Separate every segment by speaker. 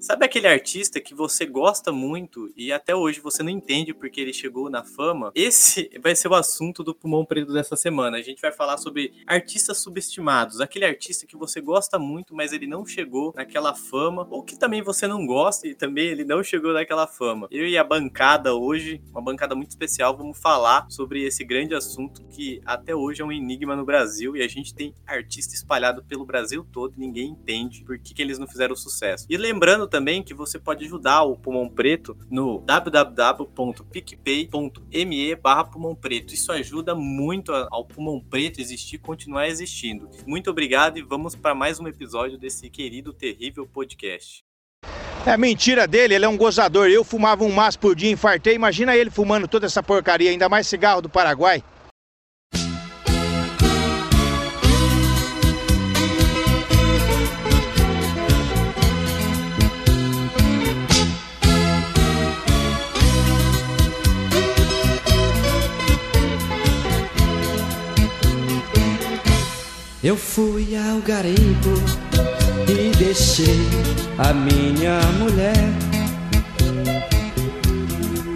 Speaker 1: Sabe aquele artista que você gosta muito e até hoje você não entende porque ele chegou na fama? Esse vai ser o assunto do Pulmão Preto dessa semana. A gente vai falar sobre artistas subestimados, aquele artista que você gosta muito, mas ele não chegou naquela fama, ou que também você não gosta e também ele não chegou naquela fama. Eu e a bancada hoje, uma bancada muito especial, vamos falar sobre esse grande assunto que até hoje é um enigma no Brasil e a gente tem artista espalhado pelo Brasil todo, e ninguém entende por que, que eles não fizeram sucesso. E lembrando também que você pode ajudar o Pulmão Preto no www.picpay.me barra Pulmão Preto. Isso ajuda muito ao Pulmão Preto existir continuar existindo. Muito obrigado e vamos para mais um episódio desse querido, terrível podcast.
Speaker 2: É mentira dele, ele é um gozador. Eu fumava um maço por dia, infartei. Imagina ele fumando toda essa porcaria, ainda mais cigarro do Paraguai.
Speaker 3: Eu fui ao garimpo e deixei a minha mulher.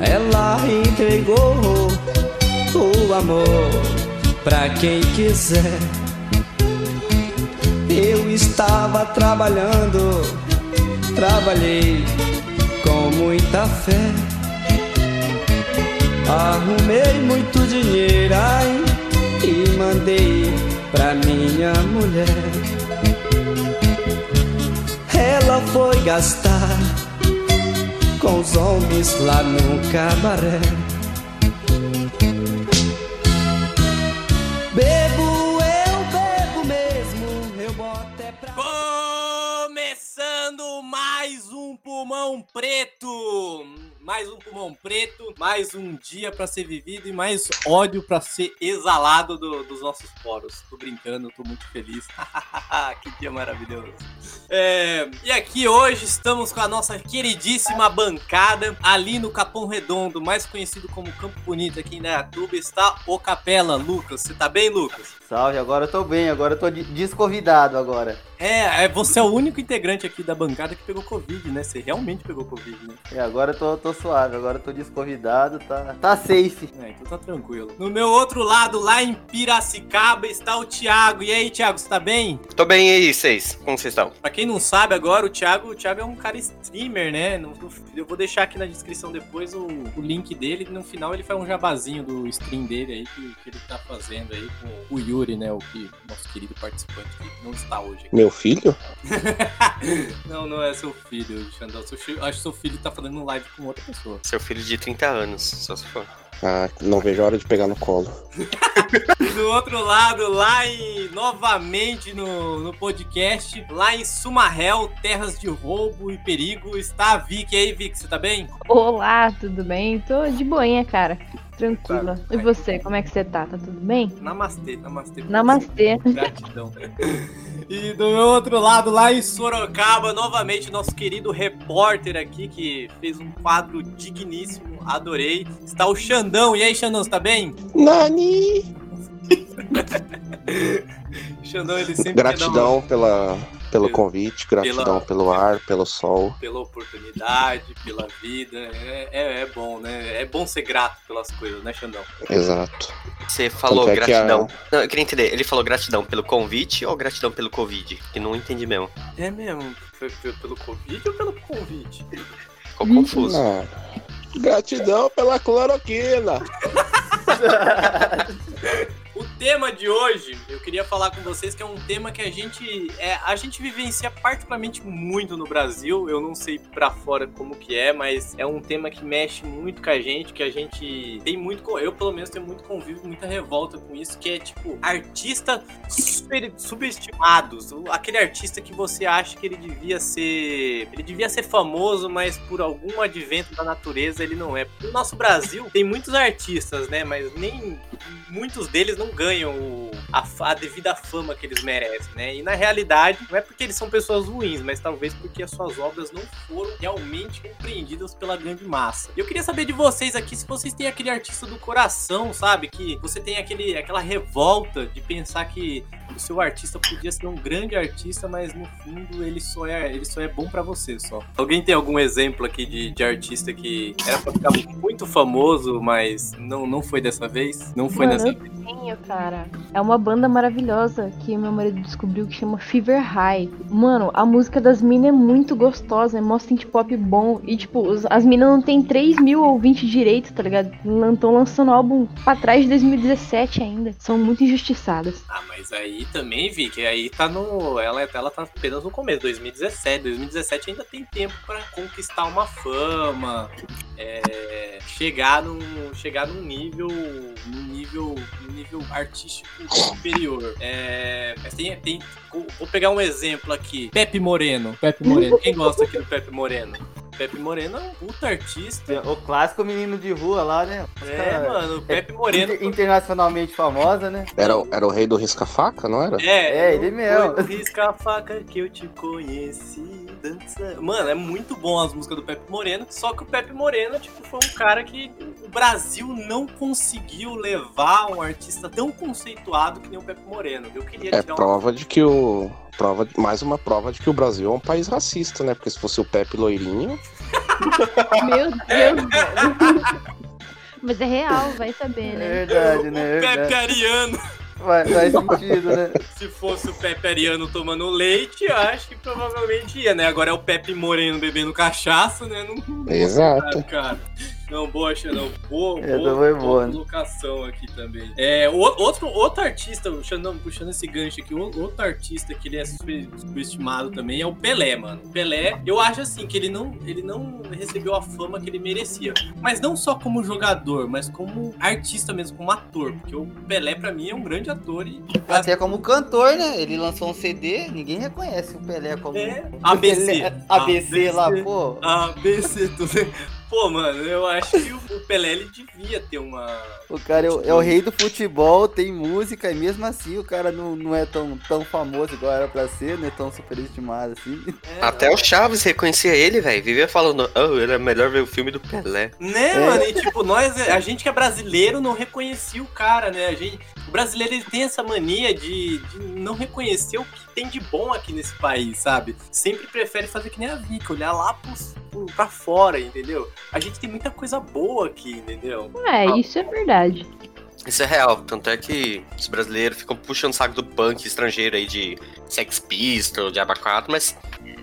Speaker 3: Ela entregou o amor pra quem quiser. Eu estava trabalhando, trabalhei com muita fé. Arrumei muito dinheiro ai, e mandei pra minha mulher. Ela foi gastar com os homens lá no cabaré. Bebo, eu bebo mesmo, eu boto é pra.
Speaker 1: Começando mais um Pulmão Preto! mais um pulmão preto, mais um dia para ser vivido e mais ódio para ser exalado do, dos nossos poros. Tô brincando, tô muito feliz. que dia maravilhoso. É, e aqui hoje estamos com a nossa queridíssima bancada, ali no Capão Redondo, mais conhecido como Campo Bonito aqui em Dayatuba, está o Capela. Lucas, você tá bem, Lucas?
Speaker 4: Salve, agora eu tô bem, agora eu tô desconvidado agora.
Speaker 1: É, você é o único integrante aqui da bancada que pegou Covid, né? Você realmente pegou Covid, né?
Speaker 4: É, agora eu tô, tô suave, agora eu tô desconvidado, tá, tá safe.
Speaker 1: É, então tá tranquilo. No meu outro lado, lá em Piracicaba, está o Thiago. E aí, Thiago, você tá bem?
Speaker 5: Tô bem, e aí, vocês? Como vocês estão?
Speaker 1: Pra quem não sabe agora, o Thiago, o Thiago é um cara streamer, né? Eu vou deixar aqui na descrição depois o, o link dele. No final ele faz um jabazinho do stream dele aí, que, que ele tá fazendo aí com o Yuri, né? O que, nosso querido participante que não está hoje aqui.
Speaker 6: Meu meu filho?
Speaker 1: não, não é seu filho, Xandão. Seu, acho que seu filho tá fazendo live com outra pessoa.
Speaker 5: Seu filho de 30 anos, só se for.
Speaker 6: Ah, não vejo a hora de pegar no colo.
Speaker 1: do outro lado, lá em, novamente no, no podcast, lá em Sumarel, terras de roubo e perigo, está a Vicky. E aí, Vicky, você tá bem?
Speaker 7: Olá, tudo bem? Tô de boinha, cara. Tranquila. Tá, tá. E você, como é que você tá? Tá tudo bem?
Speaker 1: Namastê, namastê.
Speaker 7: Namastê.
Speaker 1: Gratidão. E do meu outro lado, lá em Sorocaba, novamente, nosso querido repórter aqui, que fez um quadro digníssimo, adorei. Está o Xandão. E aí, Xandão, você tá bem?
Speaker 6: Nani!
Speaker 1: Xandão, ele sempre um
Speaker 6: Gratidão uma... pela, pelo convite, gratidão pela, pelo ar, pelo sol.
Speaker 1: Pela oportunidade, pela vida. É, é, é, bom, né? É bom ser grato pelas coisas, né, Xandão?
Speaker 6: Exato.
Speaker 5: Você falou é gratidão. A... Não, eu queria entender. Ele falou gratidão pelo convite ou gratidão pelo Covid? Que não entendi mesmo.
Speaker 1: É mesmo? Foi pelo Covid ou pelo convite?
Speaker 5: Ficou
Speaker 7: Uhum.
Speaker 5: confuso. Não.
Speaker 6: Gratidão pela cloroquina.
Speaker 1: O tema de hoje, eu queria falar com vocês que é um tema que a gente é, a gente vivencia particularmente muito no Brasil. Eu não sei para fora como que é, mas é um tema que mexe muito com a gente, que a gente tem muito, eu pelo menos tenho muito convívio, muita revolta com isso, que é tipo artista super, subestimados, aquele artista que você acha que ele devia ser, ele devia ser famoso, mas por algum advento da natureza ele não é. No nosso Brasil tem muitos artistas, né, mas nem muitos deles não ganham ganham o- a, fa- a devida fama que eles merecem, né? E na realidade, não é porque eles são pessoas ruins, mas talvez porque as suas obras não foram realmente compreendidas pela grande massa. E eu queria saber de vocês aqui se vocês têm aquele artista do coração, sabe? Que você tem aquele, aquela revolta de pensar que o seu artista podia ser um grande artista, mas no fundo ele só é, ele só é bom pra você só. Alguém tem algum exemplo aqui de, de artista que era pra ficar muito famoso, mas não, não foi dessa vez? Não foi
Speaker 7: Mano,
Speaker 1: dessa
Speaker 7: eu tenho, cara. É uma banda maravilhosa que meu marido descobriu que chama Fever High. Mano, a música das minas é muito gostosa, é mó synth pop bom. E, tipo, os- as minas não tem 3 mil ouvintes direito, tá ligado? Estão lançando álbum pra trás de 2017 ainda. São muito injustiçadas.
Speaker 1: Ah, mas aí também, Vicky, aí tá no. Ela, ela tá apenas no começo, 2017. 2017 ainda tem tempo pra conquistar uma fama, é, chegar, num, chegar num nível. num nível. num nível artístico superior. É, mas tem, tem- Vou vou pegar um exemplo aqui. Pepe Moreno. Pepe Moreno. Quem gosta aqui do Pepe Moreno? Pepe Moreno é um puta artista.
Speaker 4: O clássico menino de rua lá, né? Os
Speaker 1: É,
Speaker 4: cara-
Speaker 1: mano, o Pepe Moreno.
Speaker 4: Inter- Internacionalmente famosa, né?
Speaker 6: Era, o- era o rei do risca-faca, não era?
Speaker 1: É,
Speaker 4: É, ele mesmo.
Speaker 1: Foi no risca a faca que eu te conheci dançando. Mano, é muito bom as músicas do Pepe Moreno. Só que o Pepe Moreno, tipo, foi um cara que o Brasil não conseguiu levar um artista tão conceituado que nem o Pepe Moreno. Eu queria
Speaker 6: É
Speaker 1: tirar um
Speaker 6: prova de que o. Prova, mais uma prova de que o Brasil é um país racista, né? Porque se fosse o Pepe Loirinho,
Speaker 7: Meu Deus, velho. Mas é real, vai saber, né?
Speaker 4: Verdade, né?
Speaker 1: um Pepe
Speaker 4: Verdade.
Speaker 1: Ariano.
Speaker 4: Faz, faz sentido, né?
Speaker 1: Se fosse o Pepe Ariano tomando leite, eu acho que provavelmente ia, né? Agora é o Pepe Moreno bebendo cachaça, né? Não
Speaker 6: exato.
Speaker 1: Ah, cara. Não, bocha, não. Boa,
Speaker 4: Essa
Speaker 1: boa,
Speaker 4: foi
Speaker 1: boa
Speaker 4: boa.
Speaker 1: colocação aqui também. É, o- outro, outro artista, puxando, puxando esse gancho aqui, o- outro artista que ele é super- subestimado também é o Pelé, mano. O Pelé, eu acho assim, que ele não, ele não recebeu a fama que ele merecia. Mas não só como jogador, mas como artista mesmo, como ator. Porque o Pelé, pra mim, é um grande ator e
Speaker 4: Até como cantor, né? Ele lançou um CD, ninguém reconhece o Pelé como.
Speaker 1: É,
Speaker 4: o
Speaker 1: ABC.
Speaker 4: Pelé- ABC lá,
Speaker 1: ABC.
Speaker 4: pô.
Speaker 1: A, B, C, tudo. Pô, mano, eu acho que o o Pelé ele devia ter uma,
Speaker 4: O cara é o, é o rei do futebol, tem música, e mesmo assim o cara não, não é tão, tão famoso igual era pra ser, né? Tão superestimado assim.
Speaker 5: É. Até o Chaves reconhecia ele, velho. Vivia falando, oh, era melhor ver o filme do Pelé.
Speaker 1: Né,
Speaker 4: É.
Speaker 1: mano? E tipo, nós, a gente que é brasileiro não reconhecia o cara, né? A gente, o brasileiro ele tem essa mania de, de não reconhecer o que tem de bom aqui nesse país, sabe? Sempre prefere fazer que nem a Vicky, olhar lá pros, pro- pra fora, entendeu? A gente tem muita coisa boa aqui, entendeu?
Speaker 7: É, isso é verdade.
Speaker 5: Isso é real, tanto é que os brasileiros ficam puxando o saco do punk estrangeiro aí de Sex Pistol, de Abacato, mas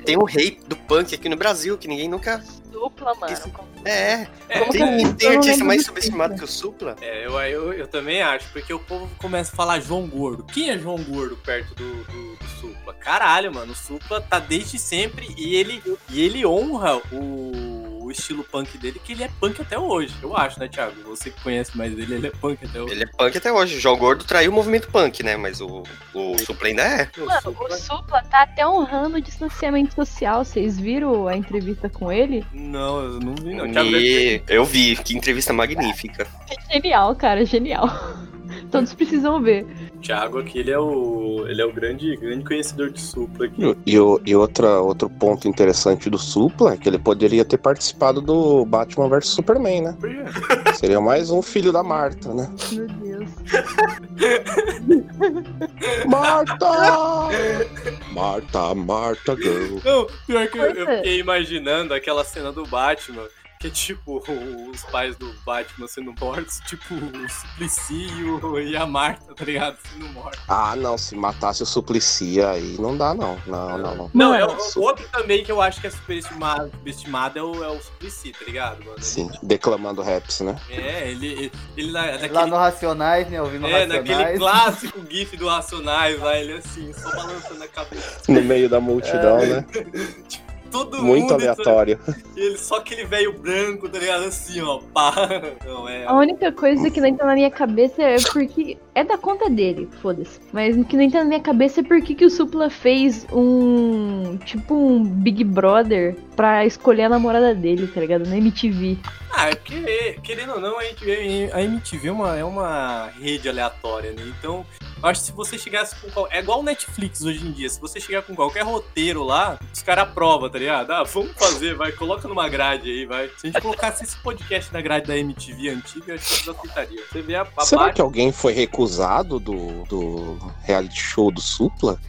Speaker 5: tem um rei do punk aqui no Brasil que ninguém nunca.
Speaker 7: Dupla, mano.
Speaker 5: Isso. É,
Speaker 1: É,
Speaker 5: tem,
Speaker 7: Eu
Speaker 5: tem
Speaker 7: não
Speaker 5: artista
Speaker 7: lembro
Speaker 5: mais
Speaker 7: do né?
Speaker 5: subestimado que o Supla?
Speaker 1: É, eu, eu, eu também acho, porque o povo começa a falar João Gordo. Quem é João Gordo perto do, do- do Supla? Caralho, mano, o Supla tá desde sempre e ele, e ele honra o, o estilo punk dele, que ele é punk até hoje, eu acho, né, Thiago? Você que conhece mais dele, ele é punk até hoje.
Speaker 5: Ele é punk até hoje. O João Gordo traiu o movimento punk, né? Mas o, o Supla ainda é.
Speaker 7: Mano, o Supla tá até honrando o distanciamento social. Vocês viram a entrevista com ele?
Speaker 1: Não, eu não vi, não. Thiago deve ter-
Speaker 5: E eu vi, que entrevista magnífica.
Speaker 7: É genial, cara, é genial. Todos precisam ver.
Speaker 1: Thiago aqui, ele é o, ele é o grande, grande conhecedor de Supla aqui.
Speaker 6: E, o- e outra, outro ponto interessante do Supla é que ele poderia ter participado do Batman vs Superman, né? Seria mais um filho da Marta, né?
Speaker 7: Meu Deus.
Speaker 6: Marta! Marta, Marta, girl.
Speaker 1: Não, pior que eu, eu
Speaker 7: Coisa.
Speaker 1: fiquei imaginando aquela cena do Batman, que é tipo o- os pais do Batman sendo mortos, tipo o Suplicy e o- e a Marta, tá ligado? Sendo mortos.
Speaker 6: Ah, não, se matasse o Suplicy aí não dá, não. Não, não, não.
Speaker 1: Não, é
Speaker 6: Mano,
Speaker 1: o- outro também que eu acho que é superestimado, superestimado é o, é o Suplicy, tá ligado, mano? Ele-
Speaker 6: Sim, declamando raps, né?
Speaker 1: É, ele, ele, ele na- naquele,
Speaker 4: Lá no Racionais, né? Ouvindo
Speaker 1: é, naquele
Speaker 4: Racionais.
Speaker 1: clássico GIF do Racionais lá, ele assim, só balançando a cabeça.
Speaker 6: É, No meio da multidão, né?
Speaker 1: todo
Speaker 6: Muito
Speaker 1: mundo.
Speaker 6: aleatório.
Speaker 1: E ele, só aquele velho branco, tá ligado? Assim, ó, pá. Não, é.
Speaker 7: A única coisa que não entra na minha cabeça é porque. É da conta dele, foda-se. Mas o que não entra na minha cabeça é por que que o Supla fez um. Tipo um Big Brother pra escolher a namorada dele, tá ligado? Na MTV.
Speaker 1: Ah, é porque, querendo ou não, a MTV, a MTV é, uma, é uma rede aleatória, né? Então, eu acho que se você chegasse com. qual- É igual o Netflix hoje em dia. Se você chegar com qualquer roteiro lá, os caras aprovam, tá ligado? Ah, vamos fazer, vai, coloca numa grade aí, vai. Se a gente colocasse esse podcast na grade da MTV antiga, eu acho que eles aceitariam. Você vê a, a
Speaker 6: Será
Speaker 1: baixa-
Speaker 6: que alguém foi recusado do, do reality show do Supla?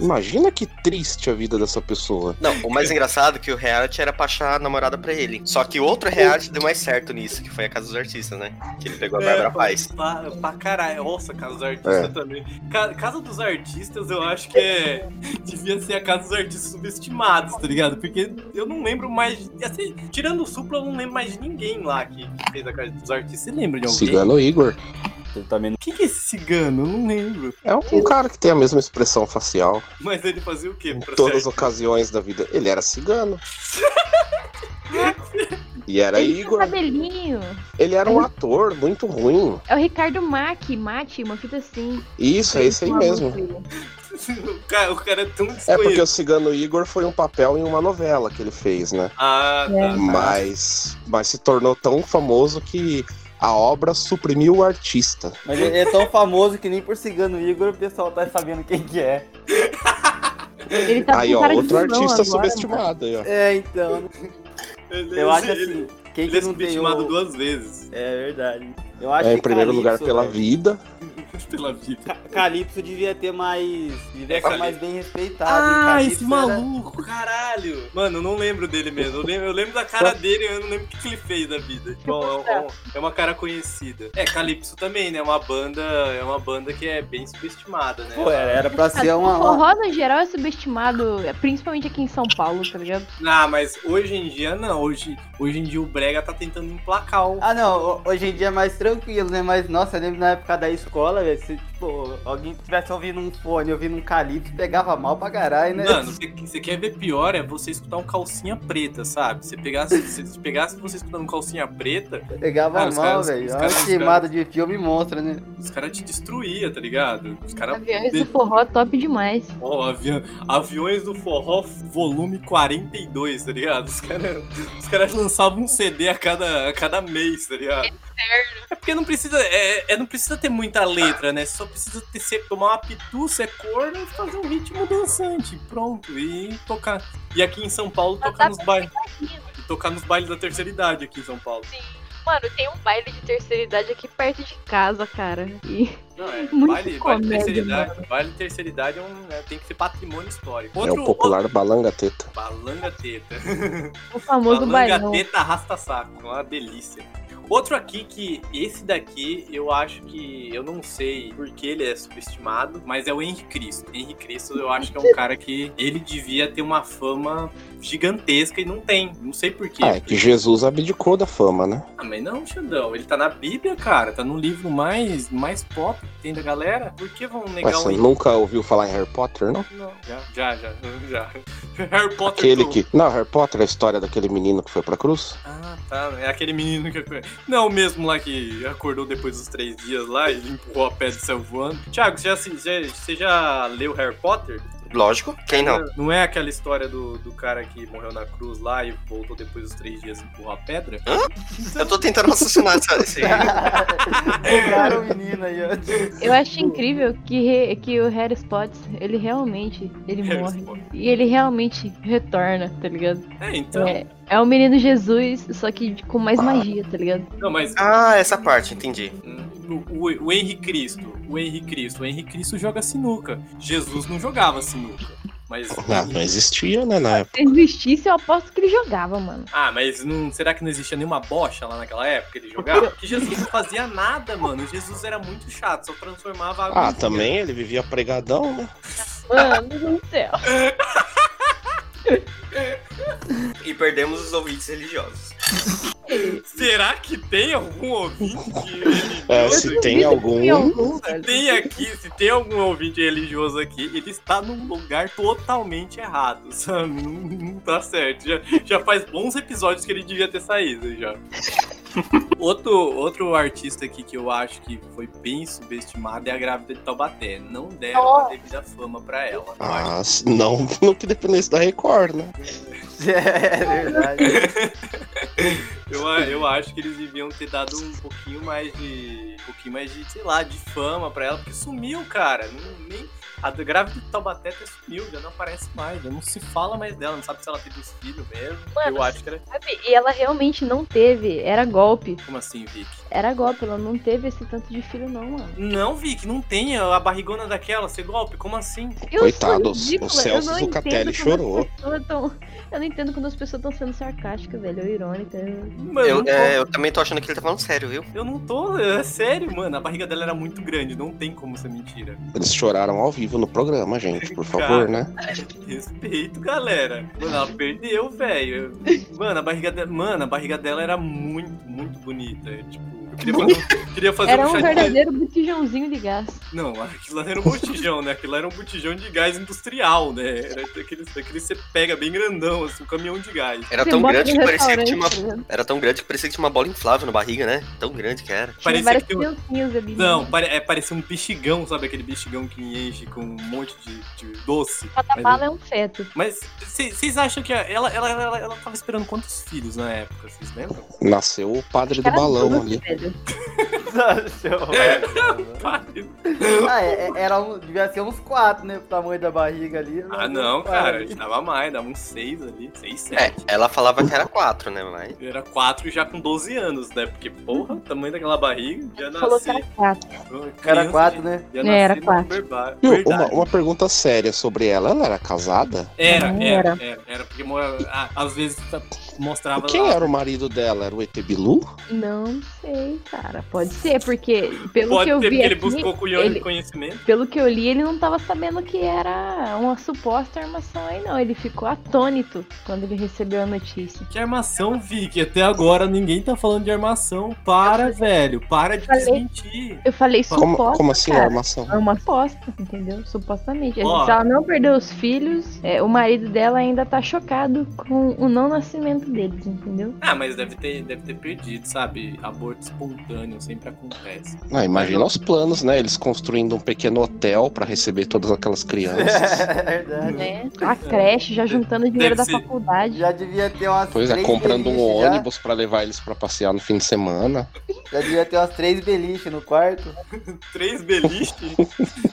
Speaker 6: Imagina que triste a vida dessa pessoa.
Speaker 5: Não, o mais engraçado é que o reality era pra achar a namorada pra ele. Só que outro reality deu mais certo nisso, que foi a Casa dos Artistas, né? Que ele pegou a
Speaker 1: É,
Speaker 5: Bárbara
Speaker 1: pô,
Speaker 5: Paz.
Speaker 1: Pra, pra caralho. Nossa, Casa dos Artistas
Speaker 6: É.
Speaker 1: também. Ca- casa dos Artistas, eu acho que é. Devia ser a Casa dos Artistas subestimados, tá ligado? Porque eu não lembro mais. assim, tirando o Supla, eu não lembro mais de ninguém lá que, que fez a Casa dos Artistas. Você lembra de alguém?
Speaker 6: Cigano Igor.
Speaker 4: Ele também não
Speaker 1: Quem que é esse cigano? Eu não lembro.
Speaker 6: É um cara que tem a mesma expressão facial
Speaker 1: Mas ele fazia o quê?
Speaker 6: em
Speaker 1: pra
Speaker 6: todas as
Speaker 1: ser-
Speaker 6: ocasiões da vida. Ele era cigano. E era
Speaker 7: ele tinha um
Speaker 6: Igor.
Speaker 7: cabelinho.
Speaker 6: Ele era um ator muito ruim.
Speaker 7: É o Ricardo Mack, Mate, uma fita assim.
Speaker 6: E Isso, é esse aí
Speaker 7: Uma
Speaker 6: mesmo.
Speaker 7: música.
Speaker 1: o, cara, o cara é tão
Speaker 6: É porque
Speaker 1: desconhecido.
Speaker 6: o Cigano Igor foi um papel em uma novela que ele fez, né?
Speaker 1: Ah, tá.
Speaker 6: Mas, mas se tornou tão famoso que a obra suprimiu o artista.
Speaker 4: Mas ele é tão famoso que nem por cigano Igor o pessoal tá sabendo quem que é.
Speaker 7: Ele tá
Speaker 6: aí,
Speaker 7: com
Speaker 6: ó,
Speaker 7: cara de
Speaker 6: outro
Speaker 7: vilão
Speaker 6: artista
Speaker 7: agora, mano.
Speaker 6: subestimado aí, ó.
Speaker 4: É, então.
Speaker 1: Ele- é
Speaker 4: Eu acho
Speaker 1: ele-
Speaker 4: assim. Quem
Speaker 1: Ele
Speaker 4: que
Speaker 1: é
Speaker 4: não tem
Speaker 1: subestimado
Speaker 4: o...
Speaker 1: duas vezes
Speaker 4: É verdade. Eu acho
Speaker 6: É, em
Speaker 4: que
Speaker 6: primeiro lugar
Speaker 4: Calypso,
Speaker 6: pela
Speaker 4: velho.
Speaker 6: vida.
Speaker 1: pela vida.
Speaker 4: Calypso devia ter mais. Devia
Speaker 1: É,
Speaker 4: ser
Speaker 1: Calypso.
Speaker 4: mais bem respeitado. hein?
Speaker 1: Ah,
Speaker 4: Calypso
Speaker 1: esse
Speaker 4: era-
Speaker 1: maluco, caralho. Mano, eu não lembro dele mesmo. Eu lembro, eu lembro da cara dele, eu não lembro o que, que ele fez da vida. Bom, é, um- é um- é uma cara conhecida. É, Calypso também, né? É Uma banda, é uma banda que é bem subestimada, né?
Speaker 4: Pô, era, era pra ser
Speaker 7: Ah,
Speaker 4: uma.
Speaker 7: O forró, no geral, é subestimado, é, principalmente aqui em São Paulo, tá ligado?
Speaker 1: Ah, mas hoje em dia não. Hoje, hoje em dia o Brega tá tentando emplacar o.
Speaker 4: Ah, não, ho- hoje em dia é mais tranquilo, né? Mas, nossa, eu lembro na época da escola, velho, se, tipo, alguém tivesse ouvindo um fone, ouvindo um calypso, pegava mal pra caralho, né?
Speaker 1: Mano, você- você quer ver pior é você escutar um calcinha preta, sabe? Você pegasse, se pegasse você escutando um calcinha preta,
Speaker 4: Pegava
Speaker 1: cara, Ah, os
Speaker 4: mal,
Speaker 1: caras-
Speaker 4: velho.
Speaker 1: os
Speaker 4: É Uma
Speaker 1: caras- os
Speaker 4: queimada de filme monstra, né?
Speaker 1: os caras te destruíam, tá ligado? Os caras
Speaker 7: Aviões do forró, é top demais.
Speaker 1: Ó, avião, aviões do forró volume 42, tá ligado? Os caras os caras lançavam um CD a cada, a cada mês, tá ligado? É porque não precisa, é, é- não precisa ter muita letra, né? Só precisa ter, ser, tomar uma pitu, ser corno e fazer um ritmo dançante. Pronto, e tocar. E aqui em São Paulo,
Speaker 7: Mas
Speaker 1: tocar
Speaker 7: dá
Speaker 1: tá nos
Speaker 7: pra
Speaker 1: bailes. e Tocar nos bailes da terceira idade aqui em São Paulo.
Speaker 7: Mano, tem um baile de terceira idade aqui perto de casa, cara. E
Speaker 1: Não, é,
Speaker 7: Muito
Speaker 1: baile, baile de
Speaker 7: comédia, né?
Speaker 1: terceira idade. Baile de terceira idade é um, é, tem que ser patrimônio histórico.
Speaker 6: é o popular Balanga Teta.
Speaker 1: Balanga teta.
Speaker 7: o famoso
Speaker 1: Balanga
Speaker 7: bailão.
Speaker 1: teta arrasta saco, é uma delícia. Outro aqui que esse daqui eu acho que eu não sei porque ele é subestimado, mas é o Henrique Cristo. Henrique Cristo eu acho que é um cara que ele devia ter uma fama gigantesca e não tem. Não sei porquê.
Speaker 6: Ah, é que Jesus abdicou da fama, né?
Speaker 1: Ah, mas não, Xandão. Ele tá na Bíblia, cara. Tá no livro mais, mais pop que tem da galera. Por que vão negar
Speaker 6: Mas
Speaker 1: o
Speaker 6: você
Speaker 1: Henrique?
Speaker 6: nunca ouviu falar em Harry Potter, não?
Speaker 1: Não, já, já, já. já. Harry Potter.
Speaker 6: Aquele
Speaker 1: tu-
Speaker 6: que. Não, Harry Potter é a história daquele menino que foi pra cruz?
Speaker 1: Ah, tá. É aquele menino que acordou. Não, o mesmo lá que acordou depois dos três dias lá e empurrou a pedra e saiu voando. Thiago, você já, assi- já- você já leu Harry Potter?
Speaker 5: Lógico, quem não?
Speaker 1: Não é aquela história do, do cara que morreu na cruz lá e voltou depois dos três dias e empurrou a pedra?
Speaker 5: Eu tô tentando raciocinar essa- esse.
Speaker 4: Pegaram o menino aí, ó.
Speaker 7: Eu
Speaker 1: né?
Speaker 7: acho incrível que, re- que o Harry Spots, ele realmente, ele
Speaker 1: Harry
Speaker 7: morre.
Speaker 1: Potter.
Speaker 7: E ele realmente retorna, tá ligado?
Speaker 1: É, então.
Speaker 7: É, é o menino Jesus, só que com mais magia, tá ligado?
Speaker 1: Não, mas
Speaker 5: Ah, essa parte, entendi.
Speaker 1: hum, o, o, o Henri Cristo, o Henri Cristo, o Henri Cristo joga sinuca. Jesus não jogava sinuca. Mas.
Speaker 6: Não, não existia, né, na época.
Speaker 7: Se existisse, eu aposto que ele jogava, mano.
Speaker 1: Ah, mas não, será que não existia nenhuma bocha lá naquela época que ele jogava? Porque Jesus não fazia nada, mano. Jesus era muito chato, só transformava água.
Speaker 6: Ah,
Speaker 1: em vinho.
Speaker 6: também ele vivia pregadão, né?
Speaker 7: Mano do céu.
Speaker 5: E perdemos os ouvintes religiosos.
Speaker 1: Será que tem algum ouvinte religioso?
Speaker 6: É, se tem
Speaker 7: Tem
Speaker 6: algum.
Speaker 7: algum,
Speaker 1: Se
Speaker 7: velho.
Speaker 1: tem aqui, se tem algum ouvinte religioso aqui, ele está num lugar totalmente errado, sabe? Não, não tá certo. Já, já faz bons episódios que ele devia ter saído já. Outro, outro artista aqui que eu acho que foi bem subestimado é a grávida de Taubaté. Não deram a devida fama pra ela.
Speaker 6: Ah, s- não, não que dependesse da Record, né?
Speaker 4: É verdade.
Speaker 1: Eu, a- eu acho que eles deviam ter dado um pouquinho mais de. Um pouquinho mais de, sei lá, de fama pra ela, porque sumiu, cara. Não- nem, a do- grávida de Taubaté até sumiu, já não aparece mais, já não se fala mais dela, não sabe se ela teve os filhos mesmo.
Speaker 7: Mano,
Speaker 1: eu acho que era.
Speaker 7: Sabe? E ela realmente não teve. Era golpe.
Speaker 1: Como assim, Vic?
Speaker 7: Era golpe. Ela não teve esse tanto de filho, não, mano.
Speaker 1: Não, Vic, não tem a barrigona daquela, ser golpe? Como assim?
Speaker 7: Eu
Speaker 6: Coitado,
Speaker 7: sou ridícula,
Speaker 6: o Celso
Speaker 7: eu não
Speaker 6: Zucatelli
Speaker 7: entendo quando
Speaker 6: chorou.
Speaker 7: as pessoas tão- Eu não entendo quando as pessoas estão sendo sarcásticas, velho, é ou irônicas.
Speaker 1: Mano,
Speaker 5: Eu,
Speaker 1: eu, não
Speaker 5: é, eu também tô achando que ele tá falando sério, viu?
Speaker 1: tô- eu não tô. É sério, mano. A barriga dela era muito grande, não tem como né? ser mentira.
Speaker 6: Eles choraram ao vivo no programa, gente, por favor, né?
Speaker 1: Respeito, galera. Mano, ela perdeu, velho. Mano, a barriga dela. Mano, a barriga dela era muito, muito bonita. Eu, Tipo, eu queria fazer, um- queria fazer
Speaker 7: Era
Speaker 1: um
Speaker 7: um
Speaker 1: chá de.
Speaker 7: verdadeiro botijãozinho de gás.
Speaker 1: Não, aquilo lá era um botijão, né? Aquilo lá era um botijão de gás industrial, né? Era daquele, daquele que você pega bem grandão, assim, um caminhão de gás.
Speaker 5: Era
Speaker 7: Você
Speaker 5: tão
Speaker 7: bota
Speaker 5: grande
Speaker 7: no
Speaker 5: que parecia que tinha uma.
Speaker 7: restaurante, tá ligado?
Speaker 5: Era tão grande que parecia que tinha uma bola inflável na barriga, né? Tão grande que era.
Speaker 7: Tinha
Speaker 1: Parecia
Speaker 7: várias
Speaker 1: que tinha um
Speaker 7: criancinhas ali.
Speaker 1: Não, pare, é, parecia um bexigão, sabe? Aquele bexigão que enche com um monte de, de doce.
Speaker 7: Cada
Speaker 1: Mas-
Speaker 7: bala é um feto.
Speaker 1: Mas vocês acham que a- ela, ela, ela, ela tava esperando quantos filhos na época? Vocês lembram?
Speaker 6: Nasceu o padre do
Speaker 7: Era
Speaker 6: balão
Speaker 7: doce,
Speaker 6: ali.
Speaker 7: velho.
Speaker 1: Pare-
Speaker 4: ah, é, é- era um, devia ser uns quatro, né? O tamanho da barriga ali. né?
Speaker 1: Ah, não, cara, dava mais, dava uns 6 ali, 6, 7.
Speaker 5: É, ela falava que era quatro, né? Mas.
Speaker 1: Era 4 já com 12 anos, né? Porque, porra, o tamanho daquela barriga, já
Speaker 7: Falou
Speaker 1: nasci.
Speaker 7: que era quatro.
Speaker 4: Era quatro, né?
Speaker 1: Já
Speaker 7: É,
Speaker 1: nasci
Speaker 7: era
Speaker 1: no
Speaker 7: quatro.
Speaker 1: berba-
Speaker 6: Viu,
Speaker 1: Verdade.
Speaker 6: uma, uma pergunta séria sobre ela. Ela era casada?
Speaker 1: Era,
Speaker 7: Não
Speaker 1: era, era, era, porque mo- a- às vezes tá- mostrava
Speaker 6: Quem
Speaker 1: lá.
Speaker 6: era o marido dela? Era o ET Bilu?
Speaker 7: Não sei, cara. Pode ser, porque pelo
Speaker 1: Pode
Speaker 7: que eu
Speaker 1: ser
Speaker 7: vi
Speaker 1: porque ele
Speaker 7: aqui,
Speaker 1: buscou culhão de
Speaker 7: ele-
Speaker 1: conhecimento.
Speaker 7: Pelo que eu li, ele não tava sabendo que era uma suposta armação aí, não. Ele ficou atônito quando ele recebeu a notícia.
Speaker 1: Que é armação, Vic? Até agora ninguém tá falando de armação. Para, velho. Para de
Speaker 7: Falei.
Speaker 1: desmentir.
Speaker 7: Eu falei
Speaker 6: Como,
Speaker 7: suposta,
Speaker 6: como assim,
Speaker 7: cara.
Speaker 6: armação?
Speaker 7: É uma aposta, entendeu? Supostamente.
Speaker 1: Ó.
Speaker 7: Se ela não perdeu os filhos, é, o marido dela ainda tá chocado com o não nascimento deles, entendeu?
Speaker 1: Ah, mas deve ter, deve ter perdido, sabe? Aborto espontâneo sempre acontece.
Speaker 6: Ah, imagina os planos, né? Eles construindo um pequeno hotel pra receber todas aquelas crianças.
Speaker 4: É verdade.
Speaker 7: Né? A creche já juntando dinheiro da
Speaker 1: ser.
Speaker 7: faculdade.
Speaker 4: Já devia ter umas
Speaker 6: Pois é,
Speaker 4: três
Speaker 6: comprando um
Speaker 4: beliches já.
Speaker 6: ônibus pra levar eles pra passear no fim de semana.
Speaker 4: Já devia ter umas três beliches no quarto.
Speaker 1: Três beliches?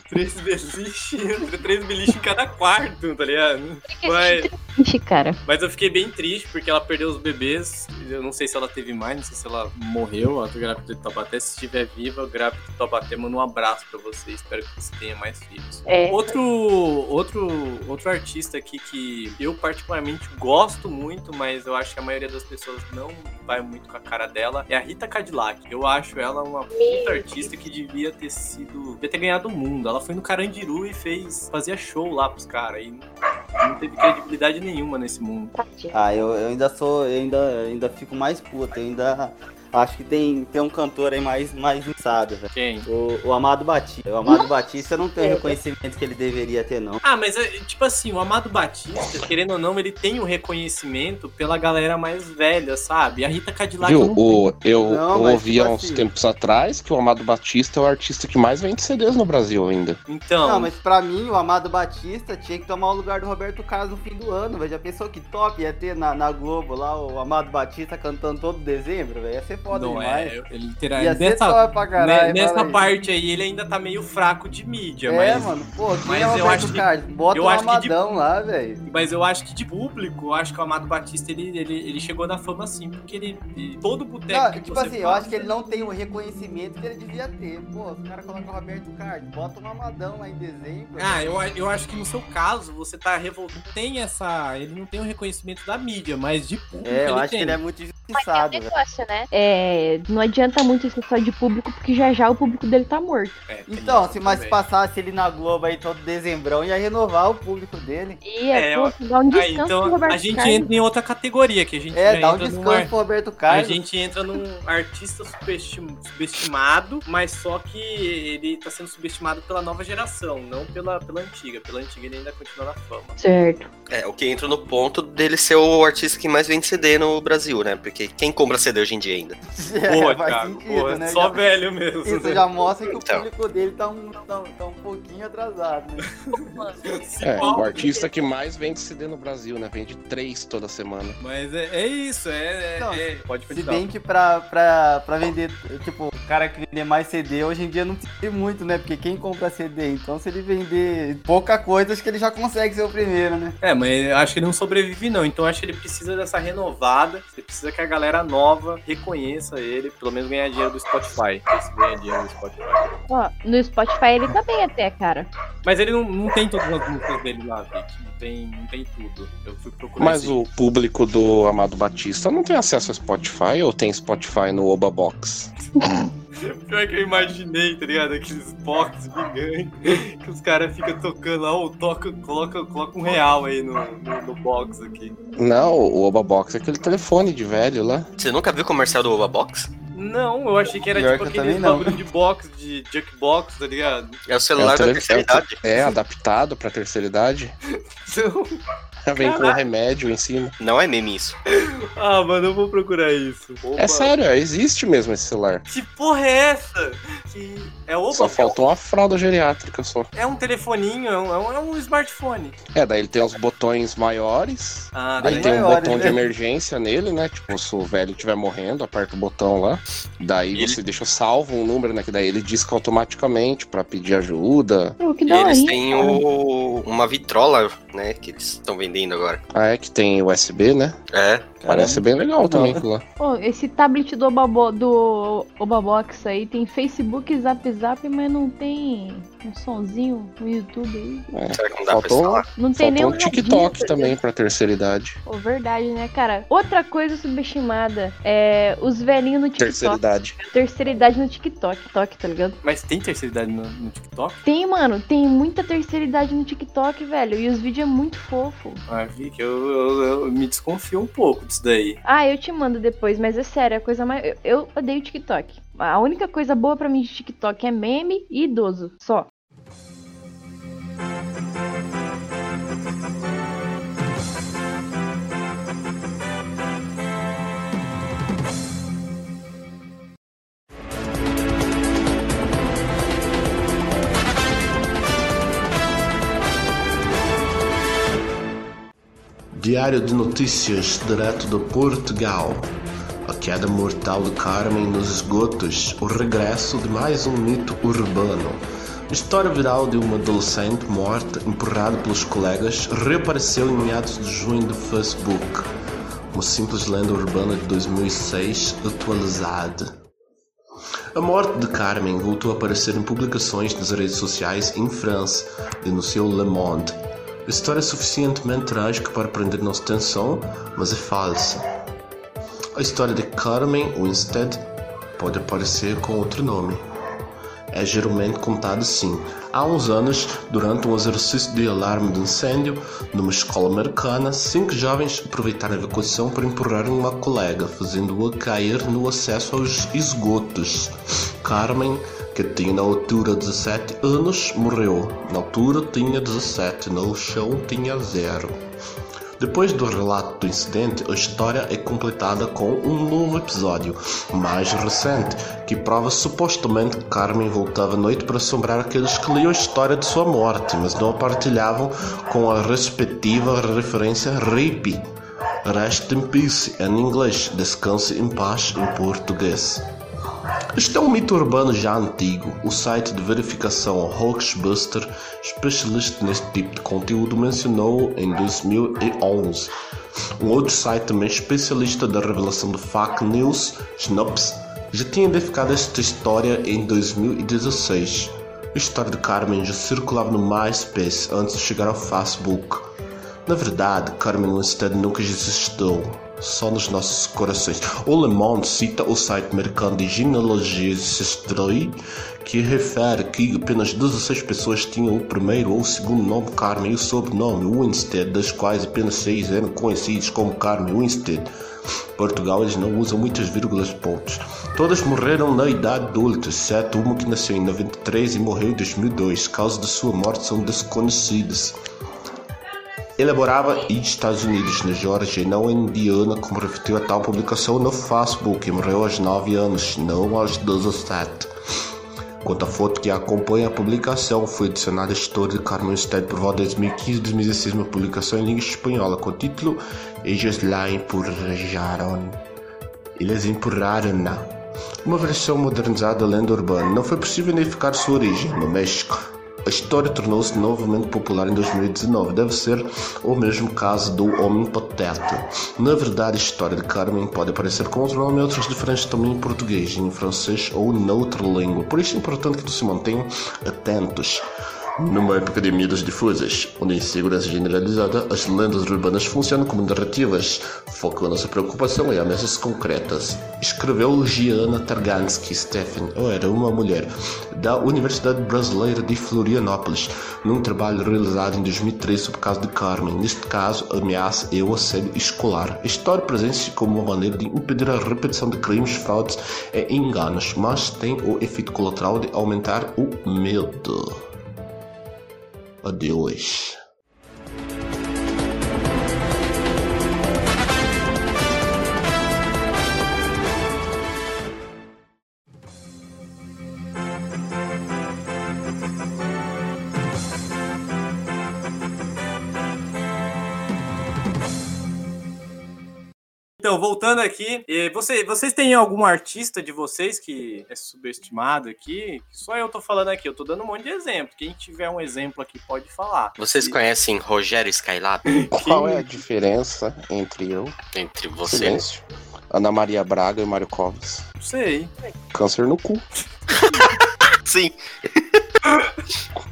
Speaker 1: três beliches? Três beliches em cada quarto, tá ligado? Mas,
Speaker 7: Ixi, cara.
Speaker 1: mas eu fiquei bem triste porque ela perdeu os bebês. Eu não sei se ela teve mais, não sei se ela morreu. A grávida de Taubaté, se estiver viva, a grávida de Taubaté, manda um abraço pra você. Espero que você tenha mais filhos.
Speaker 7: É.
Speaker 1: Outro, outro, outro artista aqui que eu particularmente gosto muito, mas eu acho que a maioria das pessoas não vai muito com a cara dela, é a Rita Cadillac. Eu acho ela uma puta artista que devia ter sido. devia ter ganhado o mundo. Ela foi no Carandiru e fez. fazia show lá pros caras. E não não teve credibilidade nenhuma nesse mundo.
Speaker 7: tadinha.
Speaker 4: Ah, eu, eu ainda sou. Eu ainda, eu ainda fico mais puto. Eu ainda acho que tem, tem um cantor aí mais, mais insado, velho.
Speaker 1: Quem?
Speaker 4: O, o Amado Batista. O Amado
Speaker 7: Nossa.
Speaker 4: Batista não tem o
Speaker 7: É.
Speaker 4: reconhecimento que ele deveria ter, não.
Speaker 1: Ah, mas é, tipo assim, o Amado Batista, querendo ou não, ele tem o reconhecimento pela galera mais velha, sabe? A Rita Cadillac.
Speaker 6: Viu?
Speaker 1: eu não-
Speaker 6: O, eu
Speaker 4: Não,
Speaker 6: eu
Speaker 4: mas
Speaker 6: ouvi há
Speaker 4: tipo
Speaker 6: uns
Speaker 4: assim-
Speaker 6: tempos atrás que o Amado Batista é o artista que mais vende CDs no Brasil ainda.
Speaker 1: Então.
Speaker 4: Não, mas pra mim, o Amado Batista tinha que tomar o lugar do Roberto Carlos no fim do ano, velho. Já pensou que top ia ter na, na Globo lá o Amado Batista cantando todo dezembro, velho? Ia ser foda
Speaker 1: não
Speaker 4: demais.
Speaker 1: é, ele terá.
Speaker 4: Ia ser
Speaker 1: nessa-
Speaker 4: top pra caralho.
Speaker 1: Ne- Nessa
Speaker 4: fala aí.
Speaker 1: parte aí, ele ainda tá meio fraco de mídia,
Speaker 4: É,
Speaker 1: mas,
Speaker 4: mano, pô, quem
Speaker 1: mas
Speaker 4: é o
Speaker 1: eu
Speaker 4: Roberto
Speaker 1: acho que-
Speaker 4: Carlos? Bota
Speaker 1: eu
Speaker 4: o
Speaker 1: acho que de-
Speaker 4: Amadão lá, velho.
Speaker 1: mas eu acho que de público, eu acho que o Amado Batista ele, ele, ele chegou na fama assim, porque ele. ele- todo boteco.
Speaker 4: Não,
Speaker 1: É, que
Speaker 4: tipo
Speaker 1: você
Speaker 4: assim, eu
Speaker 1: passa-
Speaker 4: acho que ele não tem o reconhecimento que ele devia ter. Pô, os caras colocam o Roberto Carlos, bota um amadão lá em dezembro.
Speaker 1: Ah, eu, a- eu acho que no seu caso, você tá revoltado. Tem essa. Ele não tem o reconhecimento da mídia, mas de público.
Speaker 4: é, eu
Speaker 1: ele
Speaker 4: acho
Speaker 1: tem.
Speaker 4: que ele é muito injustiçado, velho.
Speaker 7: negócio, né? é, não adianta muito isso só de público, porque já já o público dele tá morto.
Speaker 1: É, tem
Speaker 4: Então,
Speaker 1: isso
Speaker 4: se mais
Speaker 1: também.
Speaker 4: passasse ele na Globo aí todo dezembrão, ia renovar o público dele.
Speaker 7: E é,
Speaker 1: É,
Speaker 7: pô,
Speaker 1: ó.
Speaker 7: dá um
Speaker 1: Aí,
Speaker 7: descanso pro
Speaker 1: então
Speaker 7: Roberto
Speaker 1: a gente
Speaker 7: Carlos.
Speaker 1: entra em outra categoria que a gente
Speaker 4: É,
Speaker 1: já
Speaker 4: dá um
Speaker 1: entra num
Speaker 4: descanso
Speaker 1: ar-
Speaker 4: pro Roberto
Speaker 1: A
Speaker 4: Carlos.
Speaker 1: gente entra num artista subestim- subestimado, mas só que ele tá sendo subestimado pela nova geração, não pela, pela antiga. Pela antiga ele ainda continua na fama.
Speaker 7: Certo.
Speaker 5: É, o que entra no ponto dele ser o artista que mais vende CD no Brasil, né? Porque quem compra CD hoje em dia ainda?
Speaker 4: É,
Speaker 1: boa,
Speaker 4: faz
Speaker 1: Thiago,
Speaker 4: sentido,
Speaker 1: boa.
Speaker 4: né?
Speaker 1: Só
Speaker 4: Já-
Speaker 1: velho mesmo.
Speaker 4: Isso
Speaker 1: né?
Speaker 4: já mostra que o
Speaker 5: Então.
Speaker 4: público dele tá um, tá, um- tá um pouquinho atrasado, né?
Speaker 1: Se
Speaker 6: É,
Speaker 1: volta.
Speaker 6: o artista que mais vende CD no Brasil, né? Vende três toda semana.
Speaker 1: Mas é, é isso, é. é-
Speaker 4: Não,
Speaker 1: é- pode
Speaker 4: Se
Speaker 1: continuar.
Speaker 4: bem que pra, pra, pra vender, tipo, o cara que vender mais CD hoje em dia não tem muito, né? Porque quem compra CD, então se ele vender pouca coisa, acho que ele já consegue ser o primeiro, né?
Speaker 1: É, mas eu acho que ele não sobrevive, não. Então eu acho que ele precisa dessa renovada. Ele precisa que a galera nova reconheça ele, pelo menos ganhar dinheiro do Spotify. Esse ganha dinheiro do Spotify.
Speaker 7: Ó, no Spotify ele tá bem até, cara.
Speaker 1: Mas ele não, não tem todas as músicas dele lá, Vic. Não tem, não tem tudo. Eu fui procurar.
Speaker 6: Mas
Speaker 1: esse-
Speaker 6: o público do Amado Batista não tem acesso a Spotify ou tem Spotify no Oba Box?
Speaker 1: Pior que eu imaginei, tá ligado? Aqueles box gigantes que os caras ficam tocando lá, ou toca, coloca, coloca um real aí no, no, no box aqui.
Speaker 6: Não, o Oba Box é aquele telefone de velho lá.
Speaker 5: Você nunca viu o comercial do Oba Box?
Speaker 1: Não, eu achei que era
Speaker 4: Pior
Speaker 1: tipo
Speaker 4: que eu
Speaker 1: aquele
Speaker 4: também não.
Speaker 1: bagulho de box, de jukebox, tá ligado?
Speaker 5: É o
Speaker 6: É, o
Speaker 5: celular da
Speaker 6: tele-
Speaker 5: terceira
Speaker 6: é o te-
Speaker 5: idade.
Speaker 6: é, adaptado pra terceira idade.
Speaker 1: Não.
Speaker 6: Vem com remédio em cima.
Speaker 5: Não é meme isso.
Speaker 1: Ah, mano, eu vou procurar isso.
Speaker 6: É sério, existe mesmo esse celular.
Speaker 1: Que porra é essa? Que é oba,
Speaker 6: Só faltou uma fralda geriátrica só.
Speaker 1: é um telefoninho, é um, é um- é um smartphone.
Speaker 6: É, daí ele tem uns botões maiores.
Speaker 1: Ah,
Speaker 6: Daí
Speaker 4: Bem
Speaker 6: tem um
Speaker 4: maiores,
Speaker 6: botão de
Speaker 4: né?
Speaker 6: emergência nele, né? Tipo, se o velho estiver morrendo, aperta o botão lá. Daí
Speaker 5: Ele-
Speaker 6: você deixa salvo um número, né? Que daí ele disca automaticamente pra pedir ajuda.
Speaker 7: Pô, que
Speaker 5: E
Speaker 7: da hora,
Speaker 5: eles
Speaker 7: hein?
Speaker 5: têm um- o- uma vitrola, né? Que eles estão vendendo agora.
Speaker 6: Ah, é que tem USB, né?
Speaker 5: É.
Speaker 6: Parece bem legal também aquilo lá.
Speaker 7: Pô, esse tablet do, Obabo, do Obabox aí tem Facebook, Zap Zap, mas não tem um sonzinho no YouTube aí.
Speaker 5: Será que não dá pra
Speaker 6: Faltou-
Speaker 5: instalar?
Speaker 7: Não tem nem
Speaker 6: Faltou
Speaker 7: um
Speaker 6: É. um TikTok
Speaker 7: radinho,
Speaker 6: também pra terceira idade.
Speaker 7: Pô, verdade, né, cara? Outra coisa subestimada é os velhinhos no TikTok.
Speaker 6: Terceira idade.
Speaker 7: Terceira idade no TikTok, toque, tá ligado?
Speaker 1: Mas tem terceira idade no, no TikTok?
Speaker 7: Tem, mano, tem muita terceira idade no TikTok, velho. E os vídeos é muito fofo.
Speaker 1: Ah, Vic, eu, eu- eu me desconfio um pouco disso daí.
Speaker 7: Ah, eu te mando depois, mas é sério, a coisa mais. Eu, eu odeio TikTok. A única coisa boa pra mim de TikTok é meme e idoso. Só.
Speaker 8: Diário de notícias direto de Portugal. A queda mortal de Carmen nos esgotos, o regresso de mais um mito urbano. História viral de uma adolescente morta, empurrada pelos colegas, reapareceu em meados de junho do Facebook. Uma simples lenda urbana de 2006 atualizada. A morte de Carmen voltou a aparecer em publicações nas redes sociais em França, denunciou Le Monde. A história é suficientemente trágica para prender nossa atenção, mas é falsa. A história de Carmen Winstead pode aparecer com outro nome. É geralmente contada assim. Há uns anos, durante um exercício de alarme de incêndio numa escola americana, cinco jovens aproveitaram a evacuação para empurrar uma colega, fazendo-a cair no acesso aos esgotos. Carmen, que tinha na altura 17 anos, morreu. Na altura tinha 17, no chão tinha zero. Depois do relato do incidente, a história é completada com um novo episódio, mais recente, que prova supostamente que Carmen voltava à noite para assombrar aqueles que liam a história de sua morte, mas não a partilhavam com a respectiva referência RIP. Rest in Peace em inglês, Descanse em Paz em português. Este é um mito urbano já antigo. O site de verificação Hoaxbuster, especialista neste tipo de conteúdo, mencionou em 2011. Um outro site também especialista da revelação de fake news, Snops, já tinha identificado esta história em 2016. A história de Carmen já circulava no MySpace antes de chegar ao Facebook. Na verdade, Carmen Winstead nunca existiu. só nos nossos corações. O Le Monde cita o site americano de genealogia ancestral que refere que apenas 16 pessoas tinham o primeiro ou o segundo nome Carmen e o sobrenome Winstead, das quais apenas 6 eram conhecidos como Carmen Winstead. Portugal eles não usam muitas vírgulas pontos. Todas morreram na idade adulta, exceto uma que nasceu em 93 e morreu em 2002. Causas de sua morte são desconhecidas. Ele morava em Estados Unidos, na Georgia, e não em Indiana, como refletiu a tal publicação no Facebook, e morreu aos 9 anos, não aos 17. Quanto à foto que acompanha a publicação, foi adicionada a história de Carmen Stead por volta de 2015 2016, uma publicação em língua espanhola, com o título Eles la empurraram. Eles empurraram-na. Uma versão modernizada da lenda urbana. Não foi possível identificar sua origem no México. A história tornou-se novamente popular em 2019. Deve ser o mesmo caso do Homem Pateta. Na verdade, a história de Carmen pode aparecer com outro nome e outras diferentes também em português, em francês ou noutra língua. Por isso é importante que se mantenham atentos. Numa época de mídias difusas, onde a insegurança generalizada, as lendas urbanas funcionam como narrativas, focando sua preocupação é em ameaças concretas. Escreveu Gianna Targansky Stephen, ou era uma mulher, da Universidade Brasileira de Florianópolis, num trabalho realizado em 2003 sobre o caso de Carmen. Neste caso, ameaça e o assédio escolar. A história presente-se como uma maneira de impedir a repetição de crimes, fraudes e enganos, mas tem o efeito colateral de aumentar o medo. Adeus.
Speaker 1: Então, voltando aqui, eh, você- vocês têm algum artista de vocês que é subestimado aqui? Só eu tô falando aqui, eu tô dando um monte de exemplo. Quem tiver um exemplo aqui pode falar.
Speaker 5: Vocês
Speaker 1: E-
Speaker 5: conhecem Rogério Skylab?
Speaker 6: Qual é a diferença entre eu,
Speaker 5: Entre vocês?
Speaker 6: Silêncio, Ana Maria Braga e Mário Covas?
Speaker 1: Não sei.
Speaker 6: Câncer no cu.
Speaker 5: Sim,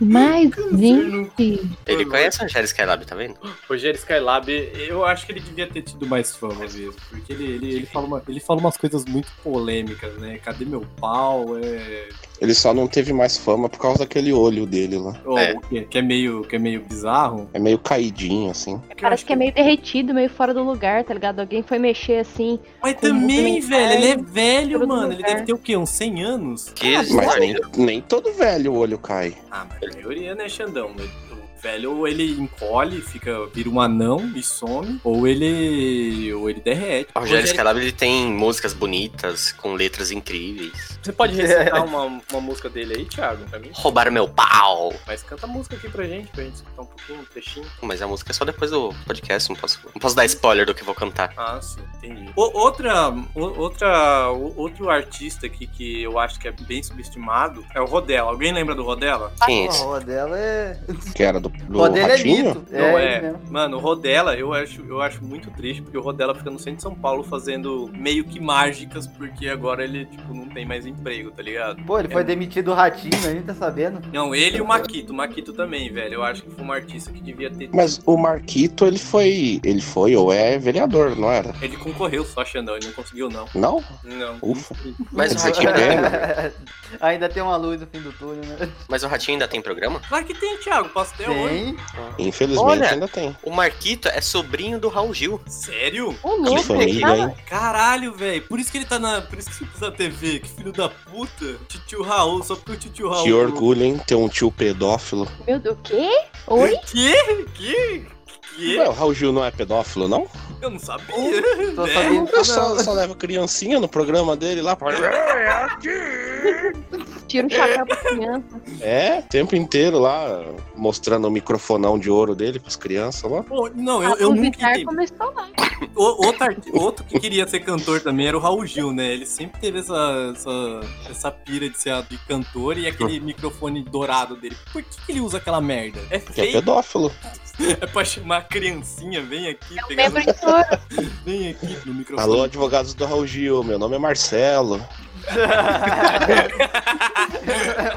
Speaker 7: Mas, gente,
Speaker 5: ele conhece o Rogério Skylab, tá vendo?
Speaker 1: Rogério Skylab, eu acho que ele devia ter tido mais fama mesmo, porque ele, ele, ele, fala, uma- ele fala umas coisas muito polêmicas, né? Cadê meu pau? É...
Speaker 6: Ele só não teve mais fama por causa daquele olho dele lá.
Speaker 1: Oh,
Speaker 5: É.
Speaker 1: Que, que é meio, que é meio bizarro.
Speaker 6: É meio caidinho, assim.
Speaker 7: parece que é meio derretido, meio fora do lugar, tá ligado? Alguém foi mexer assim.
Speaker 1: Mas
Speaker 7: Tem
Speaker 1: também,
Speaker 7: muito
Speaker 1: velho, ele é velho,
Speaker 7: né? todo é.
Speaker 1: mano. Ele
Speaker 7: lugar.
Speaker 1: deve ter o quê? Uns 100 anos?
Speaker 5: Que
Speaker 6: Mas nem,
Speaker 5: história.
Speaker 6: nem todo velho o olho cai.
Speaker 1: Ah, mas a maioria, né, Xandão? O velho, ou ele encolhe, fica, vira um anão e some, ou ele. ou ele derrete.
Speaker 5: O Rogério Skylab ele tem músicas bonitas, com letras incríveis.
Speaker 1: você pode recitar uma, uma música dele aí, Thiago, pra mim?
Speaker 5: Roubaram meu pau!
Speaker 1: Mas canta a música aqui pra gente, pra gente escutar um pouquinho, um trechinho.
Speaker 5: Mas a música é só depois do podcast, não posso, não posso dar spoiler do que eu vou cantar.
Speaker 1: Ah, sim, entendi. O- outra, o- outra, o- outro artista aqui que eu acho que é bem subestimado é o Rodella. Alguém lembra do Rodella?
Speaker 5: Quem é
Speaker 4: A
Speaker 5: esse?
Speaker 4: rua dela é.
Speaker 6: Que era do, do
Speaker 4: O dele é
Speaker 6: ratinho?
Speaker 4: mito.
Speaker 1: Não
Speaker 4: é.
Speaker 1: é.
Speaker 4: ele mesmo.
Speaker 1: Mano, o Rodella, eu acho, eu acho muito triste, porque o Rodella fica no centro de São Paulo fazendo meio que mágicas, porque agora ele, tipo, não tem mais emprego, tá ligado?
Speaker 4: Pô, ele foi demitido do ratinho, a gente tá sabendo.
Speaker 1: Não, ele e o Maquito. O Maquito também, velho. Eu acho que foi um artista que devia ter...
Speaker 6: Mas o Marquito, ele foi. Ele foi ou é vereador, não era?
Speaker 1: Ele concorreu só, Xandão. Ele não conseguiu, não.
Speaker 6: Não?
Speaker 1: Não.
Speaker 6: Ufa.
Speaker 5: Mas o
Speaker 6: Quer dizer que
Speaker 5: Ratinho,
Speaker 4: é
Speaker 5: é
Speaker 6: pena.
Speaker 4: Ainda tem uma luz no fim do túnel, né?
Speaker 5: mas o Ratinho ainda tem programa?
Speaker 1: Claro que tem, Thiago. Posso ter hoje.
Speaker 4: Tem.
Speaker 6: Infelizmente
Speaker 5: Olha.
Speaker 6: ainda tem.
Speaker 5: O Marquito é sobrinho do Raul Gil.
Speaker 1: Sério?
Speaker 7: Ô,
Speaker 6: Que
Speaker 7: louco,
Speaker 6: família, hein?
Speaker 1: Caralho, velho. Por isso que ele tá na. Por isso que você precisa da TV. Que filho da puta. Titio Raul, só porque o titio Raul.
Speaker 6: Que orgulho, hein? Ter um tio pedófilo.
Speaker 7: meu Deus, o quê? Oi?
Speaker 1: Que? Que? Que?
Speaker 6: Ué, o Raul Gil não é pedófilo, não?
Speaker 1: Eu não sabia.
Speaker 4: Tô
Speaker 1: né?
Speaker 4: sabendo
Speaker 6: Eu
Speaker 4: que
Speaker 6: só,
Speaker 4: não.
Speaker 6: só levo criancinha no programa dele lá. pra-
Speaker 7: Tira o chapéu pra criança.
Speaker 6: É, o tempo inteiro lá, mostrando o microfonão de ouro dele pras crianças lá.
Speaker 1: Pô, Não, eu,
Speaker 7: Eu,
Speaker 1: eu nunca
Speaker 7: Vitar
Speaker 1: entendi.
Speaker 7: começou lá.
Speaker 1: O- outro, arti- outro que queria ser cantor também era o Raul Gil, né? Ele sempre teve essa, essa, essa pira de ser a- de cantor e aquele microfone dourado dele. Por que, que ele usa aquela merda? É
Speaker 6: Que é
Speaker 1: feio,
Speaker 6: pedófilo.
Speaker 1: É pra chamar a criancinha, vem aqui,
Speaker 7: É um
Speaker 1: pegar
Speaker 7: membro de touro.
Speaker 1: vem aqui no microfone.
Speaker 6: Alô, advogados do Raul Gil, meu nome é Marcelo.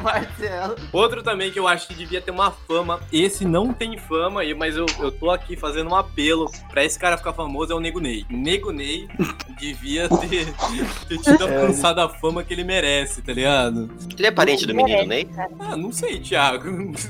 Speaker 4: Marcelo.
Speaker 1: Outro também que eu acho que devia ter uma fama. Esse não tem fama, e- mas eu, eu tô aqui fazendo um apelo pra esse cara ficar famoso, é o Nego Ney. Nego Ney devia ter, ter tido alcançado a fama que ele merece, tá ligado?
Speaker 5: Ele é parente do menino Ney?
Speaker 1: Ah, não sei, Thiago.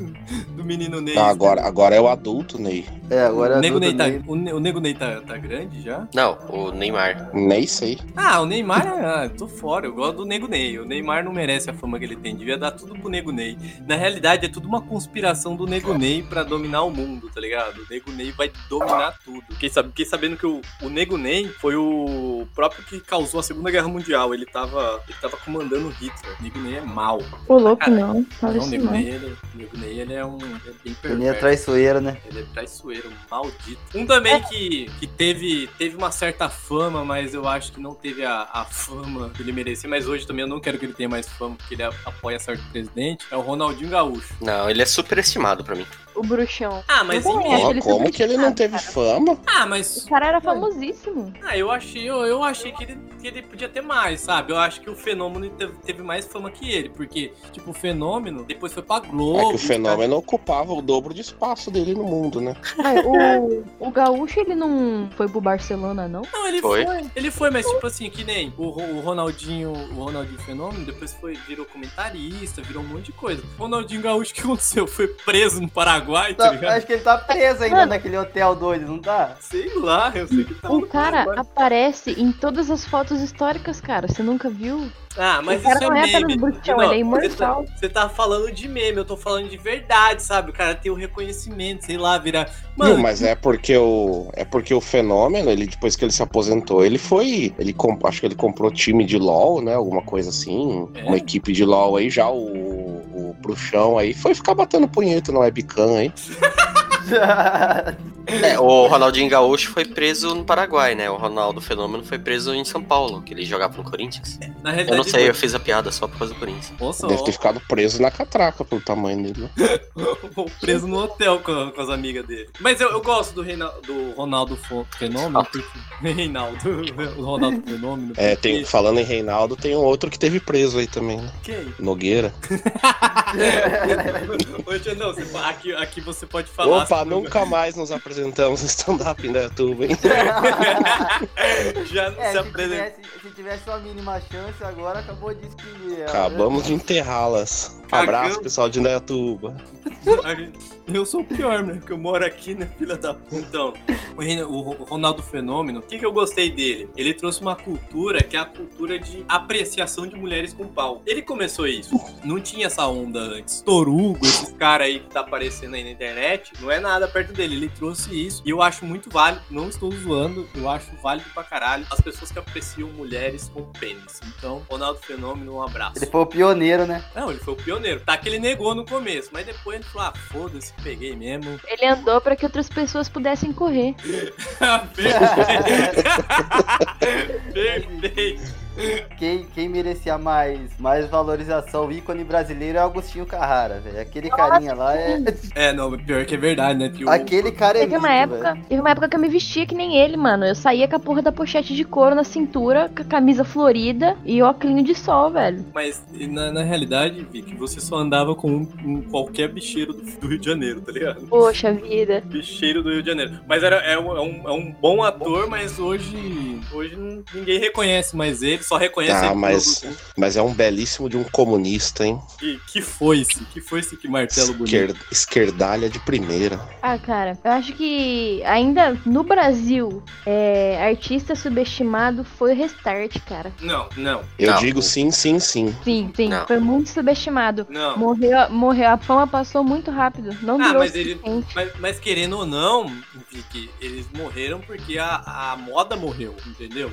Speaker 1: Do menino Ney.
Speaker 6: Ah, agora, agora é o adulto, Ney.
Speaker 4: É, agora
Speaker 1: o Nego Ney,
Speaker 4: adulto
Speaker 1: tá,
Speaker 4: Ney.
Speaker 1: o, Ne- o Nego Ney tá, tá grande já?
Speaker 5: Não, o Neymar.
Speaker 6: Nem sei.
Speaker 1: Ah, o Neymar, ah, tô fora. Eu gosto do Nego Ney. O Neymar não merece a fama que ele tem. Devia dar tudo pro Nego Ney. Na realidade, é tudo uma conspiração do Nego Ney pra dominar o mundo, tá ligado? O Nego Ney vai dominar tudo. Fiquei, sab... Fiquei sabendo que o, o Nego Ney foi o próprio que causou a Segunda Guerra Mundial. Ele tava, ele tava comandando Hitler. O Nego Ney é mau.
Speaker 7: Ô, louco, não. Fala
Speaker 1: Não, o
Speaker 7: isso
Speaker 1: Nego
Speaker 7: não.
Speaker 1: Ney, ele, o Nego Ney, ele é um... ele é bem
Speaker 4: Ele é
Speaker 1: perverso.
Speaker 4: traiçoeiro, né?
Speaker 1: Ele é traiçoeiro, maldito. Um também que, que teve, teve uma certa fama, mas eu acho que não teve a, a fama que ele merecia. Mas hoje também eu não quero que ele tenha mais fama, porque ele a- apoia certo presidente. É o Ronaldinho Gaúcho.
Speaker 5: Não, ele é superestimado pra mim.
Speaker 7: O bruxão.
Speaker 1: Ah, mas
Speaker 7: Eu
Speaker 1: em-
Speaker 7: É, acho
Speaker 6: Ó,
Speaker 7: ele
Speaker 6: como que ele não teve fama? É
Speaker 1: Ah,
Speaker 7: O
Speaker 1: mas.
Speaker 7: cara era famosíssimo.
Speaker 1: Ah, eu achei, eu, eu achei que, ele, que ele podia ter mais, sabe? Eu acho que o fenômeno teve, teve mais fama que ele, porque, tipo, o fenômeno depois foi pra Globo.
Speaker 6: É que o
Speaker 1: os
Speaker 6: fenômeno ocupava o dobro de espaço dele no mundo, né?
Speaker 7: Ai, o, o gaúcho, ele não foi pro Barcelona, não?
Speaker 1: Não, ele foi.
Speaker 5: Foi.
Speaker 1: Ele foi, mas tipo assim, que nem o, Ro- o Ronaldinho, o Ronaldinho Fenômeno, depois foi, virou comentarista, virou um monte de coisa. O Ronaldinho Gaúcho, o que aconteceu? Foi preso no Paraguai, tá
Speaker 4: Tá,
Speaker 1: ligado?
Speaker 4: acho que ele tá preso ainda
Speaker 7: Mano.
Speaker 4: naquele hotel doido, não tá?
Speaker 1: Sei lá, eu sei que tá
Speaker 7: O
Speaker 1: no
Speaker 7: cara
Speaker 1: Paraguai.
Speaker 7: aparece em todas as fotos históricas, cara. Você nunca viu?
Speaker 1: Ah, mas
Speaker 7: o cara
Speaker 1: isso é
Speaker 7: não é apenas
Speaker 1: meme.
Speaker 7: bruxão,
Speaker 1: Não,
Speaker 7: ele é
Speaker 1: você tá-
Speaker 7: imortal.
Speaker 1: Você tá falando de meme, eu tô falando de verdade, sabe? O cara tem o reconhecimento, sei lá, virar. Mano,
Speaker 6: Não, mas é porque o é porque o fenômeno, ele depois que ele se aposentou, ele foi, ele comp- acho que ele comprou time de LoL, né, alguma coisa assim,
Speaker 1: É?
Speaker 6: uma equipe de LoL aí já o o bruxão aí foi ficar batendo punheta na webcam aí.
Speaker 5: É, o Ronaldinho Gaúcho foi preso no Paraguai, né? O Ronaldo Fenômeno foi preso em São Paulo, que ele jogava no Corinthians.
Speaker 1: na
Speaker 5: Eu
Speaker 1: realidade.
Speaker 5: não sei, eu fiz a piada só por causa do Corinthians.
Speaker 1: Nossa,
Speaker 6: Deve
Speaker 1: ó,
Speaker 6: ter ficado preso na catraca pelo tamanho dele. né?
Speaker 1: preso no hotel com, a- com as amigas dele. Mas eu, eu gosto do, Reinal- do Ronaldo Fo- Fenômeno. Porque, Reinaldo. O Ronaldo Fenômeno.
Speaker 6: É, tem,
Speaker 1: porque-
Speaker 6: falando em Reinaldo, tem um outro que teve preso aí também, né?
Speaker 1: Quem?
Speaker 6: Nogueira.
Speaker 1: Hoje não, você fa- aqui, aqui você pode falar. assim,
Speaker 6: Opa,
Speaker 1: sobre-
Speaker 6: nunca mais nos apresentamos no stand-up da YouTube, hein?
Speaker 1: Já não
Speaker 4: É,
Speaker 1: se
Speaker 4: se
Speaker 1: apresentou.
Speaker 4: tivesse, se tivesse uma mínima chance agora, acabou de escrever.
Speaker 6: Acabamos de enterrá-las. Abraço,
Speaker 1: Cagamos.
Speaker 6: pessoal de Indaiatuba.
Speaker 1: A gente- Eu sou o pior, né? Porque eu moro aqui, né, filha da puta. Então, o Reina- o Ro- o Ronaldo Fenômeno, o que, que eu gostei dele? Ele trouxe uma cultura que é a cultura de apreciação de mulheres com pau. Ele começou isso. Não tinha essa onda antes. Torugo, esses caras aí que tá aparecendo aí na internet, não é nada perto dele. Ele trouxe isso e eu acho muito válido. Não estou zoando, eu acho válido pra caralho as pessoas que apreciam mulheres com pênis. Então, Ronaldo Fenômeno, um abraço.
Speaker 4: Ele foi o pioneiro, né?
Speaker 1: Não, ele foi o pioneiro. Tá que ele negou no começo, mas depois ele falou, ah, foda-se, peguei mesmo.
Speaker 7: Ele andou pra que outras pessoas pudessem correr.
Speaker 1: Perfeito. Perfeito.
Speaker 4: Quem, quem merecia mais, mais valorização, o ícone brasileiro é Agostinho Carrara, velho. Aquele carinha lá é.
Speaker 1: É, não, pior que é verdade, né? Que o-
Speaker 4: Aquele cara é.
Speaker 7: Teve uma
Speaker 4: lindo,
Speaker 7: época, teve uma época que eu me vestia que nem ele, mano. Eu saía com a porra da pochete de couro na cintura, com a camisa florida e óculos de sol, velho.
Speaker 1: Mas na, na realidade, Vic, você só andava com um, um qualquer bicheiro do, do Rio de Janeiro, tá ligado?
Speaker 7: Poxa vida.
Speaker 1: Bicheiro do Rio de Janeiro. Mas era, é, um, é um- é um bom ator, mas hoje, hoje não- ninguém reconhece mais ele, só reconhece
Speaker 6: Ah,
Speaker 1: ele pelo-
Speaker 6: mas- Mas é um belíssimo de um comunista, hein?
Speaker 1: Que, que foi-se, que foi-se que martelo bonito.
Speaker 6: Esquer- Esquerdalha de primeira.
Speaker 7: Ah, cara, eu acho que ainda no Brasil, é, artista subestimado foi o Restart, cara.
Speaker 1: Não, não,
Speaker 6: Eu
Speaker 5: Não.
Speaker 6: digo sim, sim, sim.
Speaker 7: Sim, sim,
Speaker 5: Não.
Speaker 7: foi muito subestimado.
Speaker 1: não.
Speaker 7: Morreu, morreu, a fama passou muito rápido. Não
Speaker 1: Ah,
Speaker 7: durou
Speaker 1: mas
Speaker 7: o
Speaker 1: ele-
Speaker 7: suficiente.
Speaker 1: Mas, mas querendo ou não, Vicky, eles morreram porque a, a moda morreu, entendeu?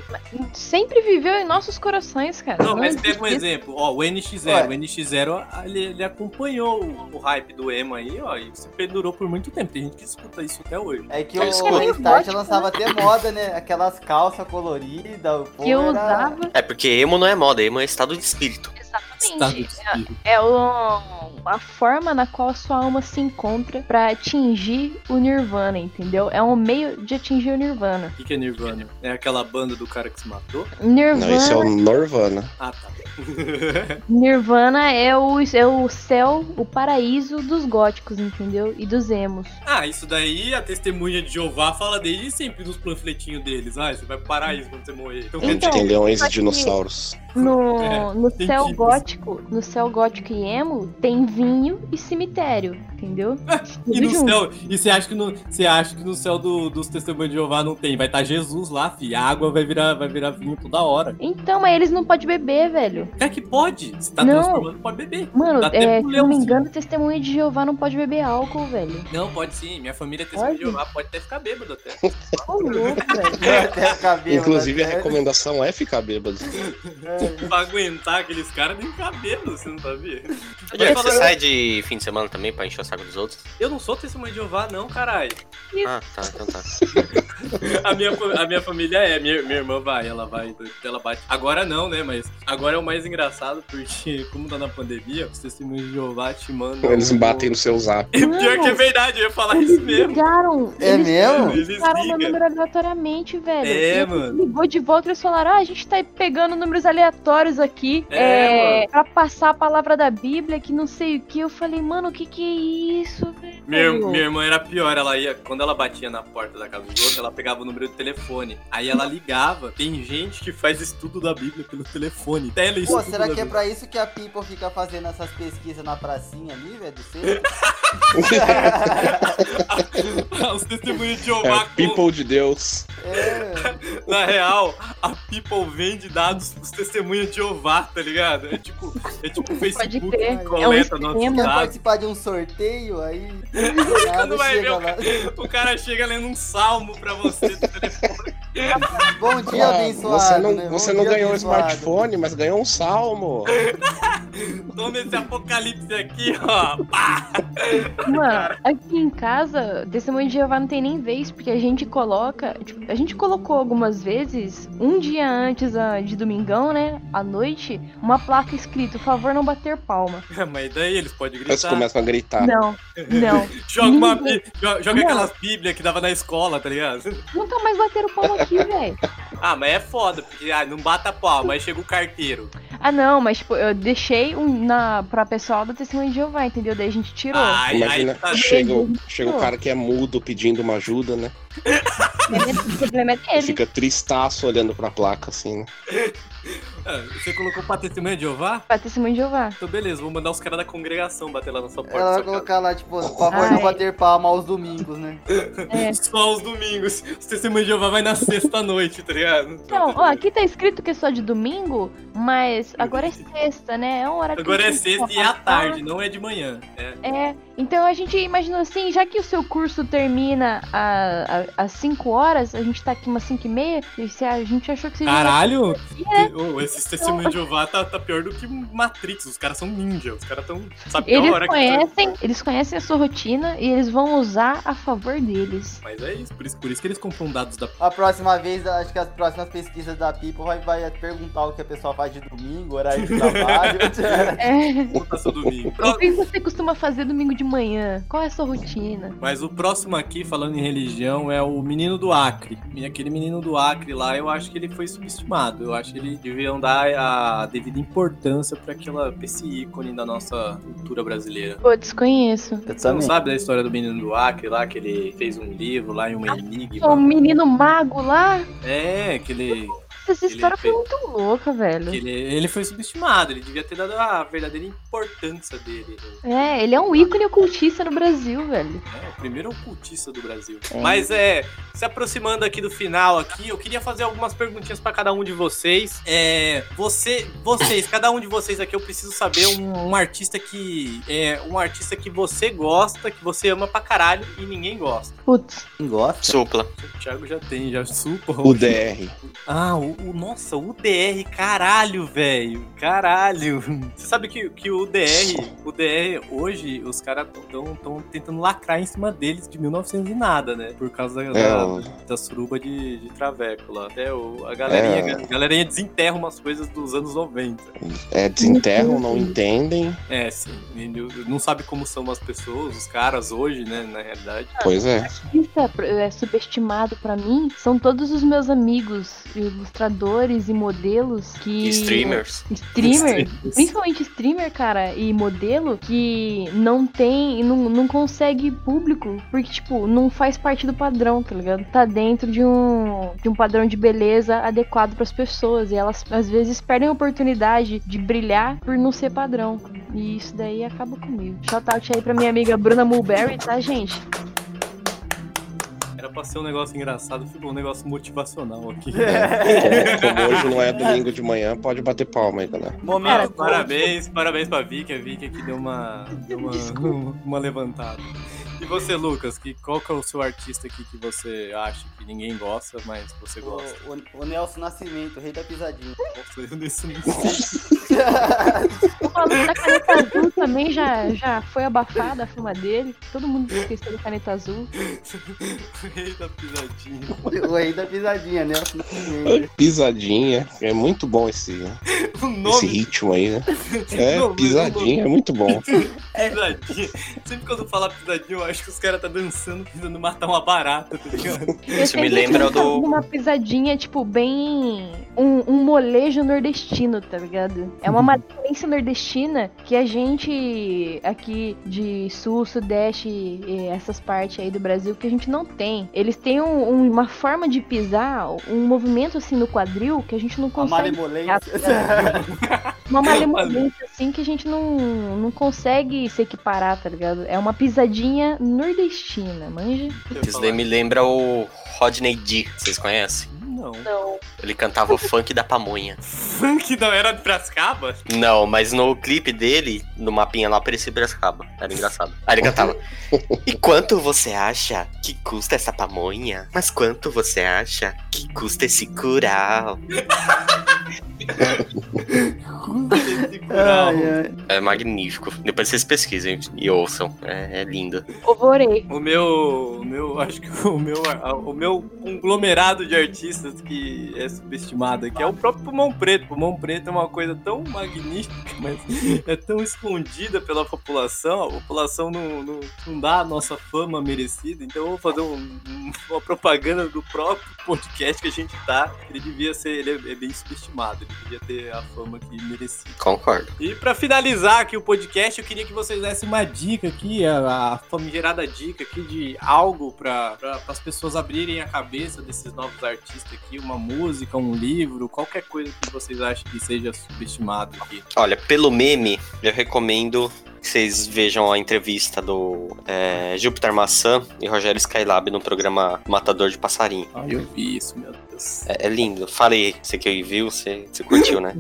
Speaker 7: Sempre viveu em nossos corações, cara.
Speaker 1: Não, mas
Speaker 7: existe
Speaker 1: pega um
Speaker 7: isso.
Speaker 1: exemplo, ó, o NX0. O NX0, a- ele, ele acompanhou o, o hype do Emo aí, ó, e se pendurou por muito tempo. Tem gente que escuta isso até hoje.
Speaker 4: É que
Speaker 5: Eu
Speaker 4: o
Speaker 5: escuto.
Speaker 4: Start lançava até moda, né? Aquelas calças coloridas, o povo
Speaker 7: Que eu
Speaker 4: era-
Speaker 7: usava.
Speaker 5: É porque emo não é moda, emo é estado de espírito.
Speaker 1: Estado
Speaker 7: Exatamente.
Speaker 1: de espírito.
Speaker 7: É, é um, a forma na qual a sua alma se encontra pra atingir o Nirvana, entendeu? É um meio de atingir o Nirvana.
Speaker 1: O que, que é Nirvana? É aquela banda do cara que se matou?
Speaker 7: Nirvana,
Speaker 6: Não, esse é o Norvana.
Speaker 1: Ah, tá.
Speaker 7: Nirvana é, o, é o céu, o paraíso dos góticos, entendeu? E dos emos.
Speaker 1: Ah, isso daí a testemunha de Jeová fala desde sempre nos panfletinhos deles. Ah, você vai pro paraíso quando você morrer. Então, quer
Speaker 7: Então,
Speaker 1: dizer,
Speaker 6: Tem leões
Speaker 7: só
Speaker 6: e
Speaker 7: que-
Speaker 6: dinossauros.
Speaker 7: No,
Speaker 1: É,
Speaker 7: no
Speaker 1: tem
Speaker 7: céu
Speaker 1: tipos.
Speaker 7: gótico, no céu gótico e emo, tem vinho e cemitério, entendeu?
Speaker 1: e
Speaker 7: Tudo
Speaker 1: no
Speaker 7: junto.
Speaker 1: céu, e você acha que no, você acha que no céu do- dos testemunhos de Jeová não tem? Vai estar Jesus lá, fi. A água vai virar, vai virar vinho toda hora.
Speaker 7: Então, mas eles não podem beber, velho.
Speaker 1: Até que pode. Se tá
Speaker 7: Não.
Speaker 1: transformando, pode beber.
Speaker 7: Mano,
Speaker 1: Dá até
Speaker 7: é,
Speaker 1: pro
Speaker 7: se eu não me
Speaker 1: leãozinho.
Speaker 7: engano, testemunha de Jeová não pode beber álcool, velho.
Speaker 1: Não, pode sim. Minha família é testemunha de
Speaker 7: Pode?
Speaker 1: Jeová, pode até ficar bêbado até.
Speaker 7: Ô, louco,
Speaker 1: É
Speaker 7: velho.
Speaker 4: Até cabelo,
Speaker 6: Inclusive, a
Speaker 4: né?
Speaker 6: recomendação é ficar bêbado.
Speaker 1: pra aguentar aqueles caras nem cabelo, você não tá sabia?
Speaker 5: Diego,
Speaker 1: Agora,
Speaker 5: é você sai de fim de semana também pra encher o saco dos outros?
Speaker 1: Eu não sou testemunha de Jeová, não, caralho.
Speaker 5: Ah, tá, então tá.
Speaker 1: A minha, fa- a minha família é, minha, minha irmã vai, ela vai, então ela bate. Agora não, né? Mas agora é o mais engraçado, porque como tá na pandemia, os testemunhos de Jeová te mandam.
Speaker 6: Eles batem no seu zap.
Speaker 1: Pior que é verdade, eu ia falar isso
Speaker 7: Eles
Speaker 1: mesmo.
Speaker 7: ligaram.
Speaker 4: É
Speaker 7: eles
Speaker 4: mesmo?
Speaker 1: Eles
Speaker 7: Ligaram meu
Speaker 1: ligam.
Speaker 7: número aleatoriamente, velho.
Speaker 1: É,
Speaker 7: E aí
Speaker 1: mano.
Speaker 7: Ligou de volta e eles falaram: ah, a gente tá pegando números aleatórios aqui
Speaker 1: É,
Speaker 7: é, pra passar a palavra da Bíblia, que não sei o que. Eu falei, mano, o que que é isso, velho?
Speaker 1: Minha, minha irmã era pior, ela ia. Quando ela batia na porta da casa dos outros, ela pegava o número do telefone. Aí ela ligava. Tem gente que faz estudo da Bíblia pelo telefone. Telestudo
Speaker 4: Pô, será
Speaker 1: da
Speaker 4: que é
Speaker 1: Bíblia.
Speaker 4: pra isso que a People fica fazendo essas pesquisas na pracinha ali, velho? do centro?
Speaker 1: um Os testemunhos de
Speaker 6: É
Speaker 1: Jeová
Speaker 6: o people de Deus.
Speaker 4: É,
Speaker 1: Na real, a People vende dados pros testemunhos de Jeová, tá ligado? É tipo, é tipo o Facebook
Speaker 7: crer. É
Speaker 1: que
Speaker 4: um
Speaker 1: coleta nossos
Speaker 7: esquema.
Speaker 4: quer
Speaker 1: dados.
Speaker 4: participar de um sorteio aí? do nada
Speaker 1: vai
Speaker 4: chega
Speaker 1: ver,
Speaker 4: lá.
Speaker 1: O cara chega lendo um salmo pra você do telefone.
Speaker 4: Bom dia,
Speaker 6: Ah,
Speaker 4: abençoado.
Speaker 6: você não,
Speaker 4: né? Bom
Speaker 6: você não
Speaker 4: dia,
Speaker 6: ganhou um
Speaker 4: abençoado.
Speaker 6: smartphone, mas ganhou um salmo.
Speaker 1: Toma esse apocalipse aqui, ó. Pá!
Speaker 7: Mano, aqui em casa, testemunho de Jeová não tem nem vez, porque a gente coloca. tipo, a gente colocou algumas vezes, um dia antes ah, de domingão, né? À noite, uma placa escrito: favor não bater palma.
Speaker 1: É, Mas daí eles podem
Speaker 6: Aí você
Speaker 1: gritar.
Speaker 6: começa a
Speaker 1: Ah.
Speaker 6: gritar.
Speaker 7: Não, não.
Speaker 1: Joga uma
Speaker 7: Ninguém-
Speaker 1: bí- jo- joga
Speaker 7: Não.
Speaker 1: aquelas bíblias que dava na escola, tá ligado?
Speaker 7: Nunca mais bateram palma aqui, velho.
Speaker 1: Ah, mas é foda, porque ah, não bata pau, mas chega o carteiro.
Speaker 7: Ah, não, mas tipo, eu deixei um na, pra pessoal da testemunha de Jeová, entendeu? Daí a gente tirou.
Speaker 1: Ai, ai,
Speaker 6: Imagina,
Speaker 1: tá
Speaker 6: chega, o- chega o cara que é mudo pedindo uma ajuda, né?
Speaker 7: O problema é
Speaker 6: E
Speaker 7: dele.
Speaker 6: fica tristaço olhando pra placa, assim, né?
Speaker 1: Ah, Você colocou pra testemunha de Jeová?
Speaker 7: Pra testemunha de Jeová.
Speaker 1: Então beleza, vou mandar os caras da congregação bater lá na sua porta.
Speaker 4: Ela
Speaker 1: da
Speaker 4: vai
Speaker 1: sua casa.
Speaker 4: colocar lá, tipo, por favor, não
Speaker 7: Ai.
Speaker 4: bater palma aos domingos, né?
Speaker 7: É.
Speaker 1: Só aos domingos. Os testemunhos de Jeová vai na sexta-noite, tá ligado?
Speaker 7: Então, ó, aqui tá escrito que é só de domingo, mas agora é sexta, né? É um horário que
Speaker 1: Agora
Speaker 7: a
Speaker 1: é
Speaker 7: gente
Speaker 1: sexta
Speaker 7: precisa
Speaker 1: e é à
Speaker 7: passar.
Speaker 1: tarde, não é de manhã. É.
Speaker 7: É, então a gente imaginou assim, já que o seu curso termina a- a- às 5 horas, a gente tá aqui umas 5 e meia, e se a gente achou que seria...
Speaker 1: Caralho!
Speaker 7: É.
Speaker 1: Te- ô, esses testemunhos de Jeová tá, tá pior do que Matrix. Os caras são ninja. Os caras tão. Sabe que é a
Speaker 7: Eles
Speaker 1: hora que.
Speaker 7: conhecem, eles conhecem a sua rotina e eles vão usar a favor deles.
Speaker 1: Mas é isso. Por isso, por isso que eles compram dados da.
Speaker 4: A próxima vez, acho que as próximas pesquisas da People vai, vai perguntar o que a pessoa faz de domingo, horário de trabalho.
Speaker 7: É.
Speaker 1: Computação do domingo.
Speaker 7: O que você costuma fazer domingo de manhã? Qual é a sua rotina?
Speaker 1: Mas o próximo aqui, falando em religião, é o menino do Acre. E Aquele menino do Acre lá, eu acho que ele foi subestimado. Eu acho que ele deviam dar a devida importância pra aquela pra esse ícone da nossa cultura brasileira.
Speaker 7: Pô, desconheço.
Speaker 4: Eu
Speaker 1: Você não sabe da história do menino do Acre lá, que ele fez um livro lá em uma enigma?
Speaker 7: O um menino mago lá?
Speaker 1: É, que ele,
Speaker 7: Nossa, Essa
Speaker 1: Ele
Speaker 7: história foi
Speaker 1: fez-
Speaker 7: muito louca, velho.
Speaker 1: que ele, ele foi subestimado, ele devia ter dado a verdadeira importância dele. né?
Speaker 7: É, ele é um ícone ocultista no Brasil, velho.
Speaker 1: É, o primeiro ocultista do Brasil. Mas é, se aproximando aqui do final aqui, eu queria fazer algumas perguntinhas pra cada um de vocês. É, você, vocês, cada um de vocês aqui, eu preciso saber um, um artista que é um artista que você gosta, que você ama pra caralho e ninguém gosta.
Speaker 7: Putz,
Speaker 4: Quem gosta?
Speaker 5: Supla.
Speaker 1: O Thiago já tem, já supa.
Speaker 6: O DR.
Speaker 1: Ah, o o, nossa, o DR, caralho, velho. Caralho. Você sabe que, que o DR, o DR hoje, os caras estão tentando lacrar em cima deles de 1900 e nada, né? Por causa da,
Speaker 6: É,
Speaker 1: da-
Speaker 6: o-
Speaker 1: da suruba de, de traveco lá. Até o, a galerinha, a galerinha desenterra umas coisas dos anos 90.
Speaker 6: é, desenterram, não entendem.
Speaker 1: É, sim. E não- Não sabe como são as pessoas, os caras hoje, né? Na realidade.
Speaker 6: Pois é.
Speaker 7: artista pr- é subestimado pra mim são todos os meus amigos, ilustradores e modelos que.
Speaker 5: E streamers.
Speaker 7: Streamer,
Speaker 1: Streamers.
Speaker 7: principalmente streamer, cara, e modelo que não tem, não, não consegue público, porque, tipo, não faz parte do padrão, tá ligado? Tá dentro de um, de um padrão de beleza adequado pras pessoas e elas às vezes perdem a oportunidade de brilhar por não ser padrão. E isso daí acaba comigo. Shout out aí pra minha amiga Bruna Mulberry, tá, gente?
Speaker 1: Era pra ser um negócio engraçado, ficou um negócio motivacional aqui.
Speaker 6: Como, como hoje não é domingo de manhã, pode bater palma aí, galera.
Speaker 1: Cara,
Speaker 4: Momento
Speaker 1: parabéns, parabéns pra Vicky, a Vicky que deu uma, deu uma, uma levantada. E você, Lucas, que, qual que é o seu artista aqui que você acha que ninguém gosta, mas você gosta?
Speaker 4: O, o- o Nelson Nascimento, rei da pisadinha.
Speaker 1: Nossa, eu desse não sei.
Speaker 7: O maluco da caneta azul também já, já foi abafada a fama dele. Todo mundo esqueceu da caneta azul.
Speaker 1: Rei da pisadinha.
Speaker 4: o rei da pisadinha, Nelson Nascimento.
Speaker 6: Pisadinha, é muito bom esse,
Speaker 1: O
Speaker 6: esse
Speaker 1: nome
Speaker 6: ritmo aí, né?
Speaker 1: Não,
Speaker 6: É,
Speaker 1: mas-
Speaker 6: pisadinha, é muito bom.
Speaker 1: é pisadinha. Sempre quando eu falar pisadinha, eu acho que os caras tá dançando, tentando matar uma barata, tá ligado?
Speaker 5: Isso me lembra do.
Speaker 7: Uma pisadinha, tipo, bem. Um, um molejo nordestino, tá ligado? É
Speaker 5: Uhum.
Speaker 7: uma matriz nordestina que a gente aqui de sul, sudeste e essas partes aí do Brasil que a gente não tem. Eles têm um- um- uma forma de pisar, um movimento assim no quadril que a gente não
Speaker 4: A
Speaker 7: consegue
Speaker 4: malemolência.
Speaker 7: Uma malemolência, assim, que a gente não, não consegue se equiparar, tá ligado? É uma pisadinha nordestina, manja?
Speaker 5: Isso daí me lembra o Rodney D, vocês conhecem?
Speaker 1: Não.
Speaker 7: Não.
Speaker 5: Ele cantava o funk da pamonha.
Speaker 1: Funk não era de Prascaba?
Speaker 5: Não, mas no clipe dele, no mapinha lá, parecia Piracicaba. Era engraçado. Aí ele cantava. E quanto você acha que custa essa pamonha? Mas quanto você acha que custa esse curau?
Speaker 4: Ai, ai.
Speaker 5: É magnífico. Depois vocês pesquisem e ouçam. É, é lindo.
Speaker 7: Ovorei.
Speaker 1: O meu, o meu, acho que o meu, o meu conglomerado de artistas que é subestimado aqui é o próprio Pulmão Preto. Pulmão Preto é uma coisa tão magnífica, mas é tão escondida pela população. A população não, não, não dá a nossa fama merecida. Então eu vou fazer um- um- uma propaganda do próprio podcast que a gente tá. Ele devia ser, ele é, é bem subestimado. Ele devia ter a fama que merecia.
Speaker 5: Concordo.
Speaker 1: E pra finalizar aqui o podcast, eu queria que vocês dessem uma dica aqui, a, a famigerada dica aqui de algo para as pessoas abrirem a cabeça desses novos artistas aqui, uma música, um livro, qualquer coisa que vocês acham que seja subestimado aqui.
Speaker 5: Olha, pelo meme, eu recomendo que vocês vejam a entrevista do é, Júpiter Maçã e Rogério Skylab no programa Matador de Passarinho.
Speaker 1: Ah, eu vi isso, meu Deus.
Speaker 5: É, é lindo. Falei, você que viu, você, você curtiu, né?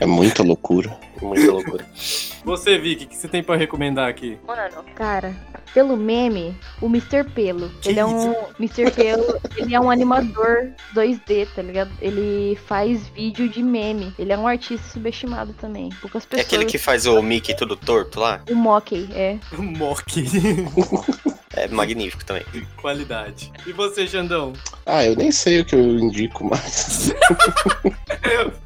Speaker 6: É muita loucura.
Speaker 5: Muita loucura. É
Speaker 1: Você, Vicky, o que você tem pra recomendar aqui?
Speaker 7: Mano, cara, pelo meme, o Mr. Pelo.
Speaker 1: Que
Speaker 7: ele é um. Mr. Pelo, ele é um animador 2D, tá ligado? Ele faz vídeo de meme. Ele é um artista subestimado também. Poucas
Speaker 5: É
Speaker 7: pessoas.
Speaker 5: aquele que faz o Mickey tudo torto lá?
Speaker 7: O Mockey, é.
Speaker 1: Mock.
Speaker 5: É magnífico também.
Speaker 1: Qualidade. E você, Xandão?
Speaker 6: Ah, eu nem sei o que eu indico mais.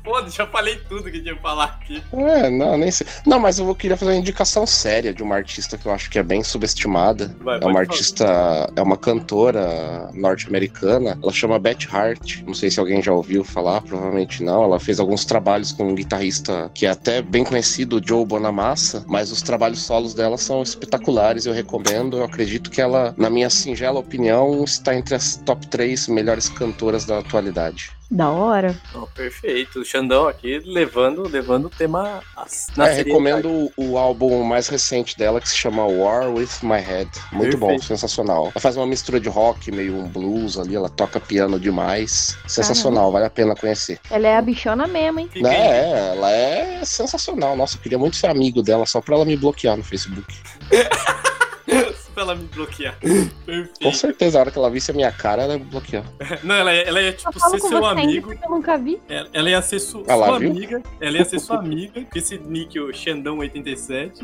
Speaker 1: Foda, já falei tudo que tinha pra falar aqui.
Speaker 6: É, não, nem sei. Não, mas eu vou- queria fazer uma indicação séria de uma artista que eu acho que é bem subestimada.
Speaker 1: Vai,
Speaker 6: É uma
Speaker 1: pode falar.
Speaker 6: artista, é uma cantora norte-americana. Ela chama Beth Hart. Não sei se alguém já ouviu falar, provavelmente não. Ela fez alguns trabalhos com um guitarrista que é até bem conhecido, o Joe Bonamassa. Mas os trabalhos solos dela são espetaculares. Eu recomendo. Eu acredito que ela, na minha singela opinião, está entre as top três melhores cantoras da atualidade.
Speaker 7: Da hora.
Speaker 1: Ó, perfeito. O Xandão aqui levando, levando o tema a- na
Speaker 6: É,
Speaker 1: seriedade.
Speaker 6: recomendo o álbum mais recente dela que se chama War with My Head. Muito bom,
Speaker 1: Perfeito.
Speaker 6: sensacional. Ela faz uma mistura de rock, meio um blues ali, ela toca piano demais. Sensacional, vale a pena conhecer.
Speaker 7: Ela é a bichona mesmo, hein?
Speaker 1: Fica aí.
Speaker 6: É, ela é sensacional. Nossa, eu queria muito ser amigo dela só pra ela me bloquear no Facebook.
Speaker 1: pra ela me bloquear.
Speaker 6: É. Com
Speaker 1: Perfeito.
Speaker 6: certeza, a hora que ela visse a minha cara, ela ia bloquear.
Speaker 1: Não, ela, ia- ela ia,
Speaker 7: Eu
Speaker 1: tipo,
Speaker 7: falo
Speaker 1: ser
Speaker 7: com
Speaker 1: seu
Speaker 7: você ainda
Speaker 1: amigo.
Speaker 7: porque eu nunca vi.
Speaker 1: Ela ela ia ser su-
Speaker 6: Ah lá,
Speaker 1: sua
Speaker 6: viu?
Speaker 1: amiga. Ela ia ser sua amiga. com Esse nick, o Xandão87,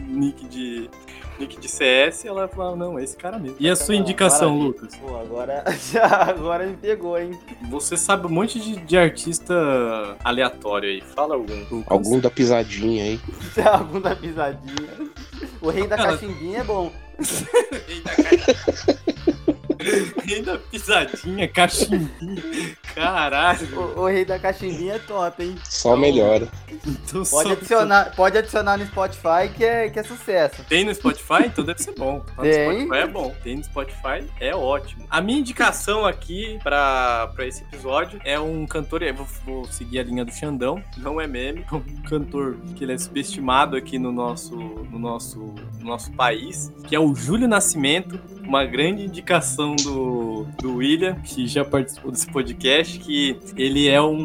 Speaker 1: nick de. Nick de CS, ela falava, não, é esse cara mesmo. E a sua
Speaker 4: Não,
Speaker 1: indicação,
Speaker 4: maravilha.
Speaker 1: Lucas?
Speaker 4: Pô, agora, já, agora me pegou, hein?
Speaker 1: Você sabe um monte de, de artista aleatório aí. Fala algum. Lucas.
Speaker 6: Algum da pisadinha aí.
Speaker 4: Algum da pisadinha. O rei da
Speaker 1: Cara.
Speaker 4: cachimbinha é bom.
Speaker 1: Ainda ca- Ainda pisadinha, cachimbinha. Caralho.
Speaker 4: O, o rei da cachimbinha é top, hein?
Speaker 6: Só melhora.
Speaker 1: Então
Speaker 4: Pode
Speaker 1: só-
Speaker 4: adicionar, pode adicionar no Spotify que é, que é sucesso.
Speaker 1: Tem no Spotify? Então deve ser bom. Tá no
Speaker 4: Tem.
Speaker 1: Spotify é bom. Tem no Spotify, é ótimo. A minha indicação aqui pra, pra esse episódio é um cantor. Eu vou, vou seguir a linha do Xandão, não é meme. É um cantor que ele é subestimado aqui no nosso, no nosso, no nosso país, que é o Júlio Nascimento. Uma grande indicação do, do William, que já participou desse podcast, que ele é um,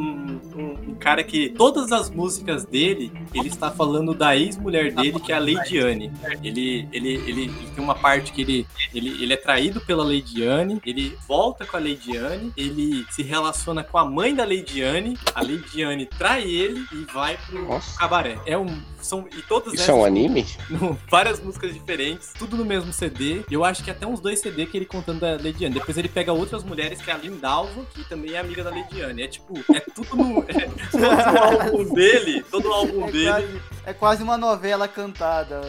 Speaker 1: um- um cara que todas as músicas dele, ele está falando da ex-mulher dele, que é a Lady Anne. Ele, ele, ele, ele tem uma parte que ele, ele, ele é traído pela Lady Anne, ele volta com a Lady Anne, ele se relaciona com a mãe da Lady Anne, a Lady Anne trai ele e vai pro
Speaker 6: Nossa.
Speaker 1: cabaré. É um, são, e todas
Speaker 6: Isso é um anime?
Speaker 1: no- várias músicas diferentes, tudo no mesmo CD. Eu acho que até uns dois CD que ele contando da Lady Anne. Depois ele pega outras mulheres, que é a Lindalva, que também é amiga da Lady Anne. É tipo, é tudo no. É, todo o álbum dele, todo o álbum
Speaker 4: É
Speaker 1: dele.
Speaker 4: quase, é quase uma novela cantada.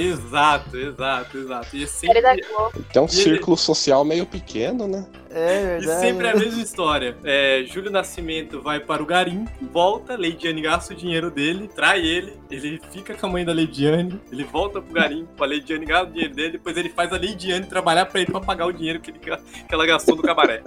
Speaker 1: Exato, exato, exato. E é sempre,
Speaker 7: Era da Globo.
Speaker 6: Tem um círculo social meio pequeno, né?
Speaker 4: É
Speaker 1: e
Speaker 4: verdade.
Speaker 1: sempre a mesma história. É, Júlio Nascimento vai para o garimpo, volta, Lady Anne gasta o dinheiro dele, trai ele, ele fica com a mãe da Lady Anne, ele volta pro garimpo, a Lady Anne gasta o dinheiro dele, depois ele faz a Lady Anne trabalhar pra ele pra pagar o dinheiro que, ele ga- que ela gastou no cabaré.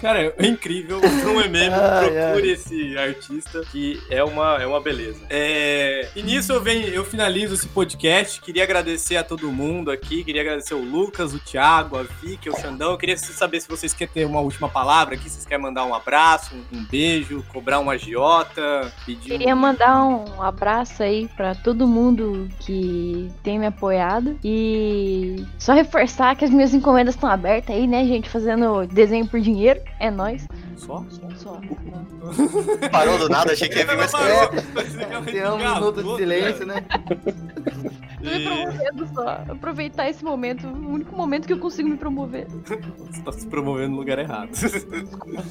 Speaker 1: Cara, é incrível, não é meme,
Speaker 4: Ai,
Speaker 1: procure esse artista que é uma, é uma beleza. É, e nisso eu, venho, eu finalizo esse podcast, queria agradecer a todo mundo aqui, queria agradecer o Lucas, o Thiago, a Vicky, o Xandão, eu queria saber se vocês querem ter uma última palavra aqui, se vocês querem mandar um abraço, um, um beijo, cobrar uma agiota, pedir um...
Speaker 7: Queria mandar um abraço aí pra todo mundo que tem me apoiado. E só reforçar que as minhas encomendas estão abertas aí, né, gente? Fazendo desenho por dinheiro. É nóis.
Speaker 1: Só?
Speaker 7: Só.
Speaker 5: Parou do nada, achei que ia vir mais coisa.
Speaker 1: Parou.
Speaker 4: Tem um minuto de silêncio, né?
Speaker 7: Tô me promovendo só. Aproveitar esse momento, o único momento que eu consigo me promover.
Speaker 1: Você tá se promovendo no lugar errado.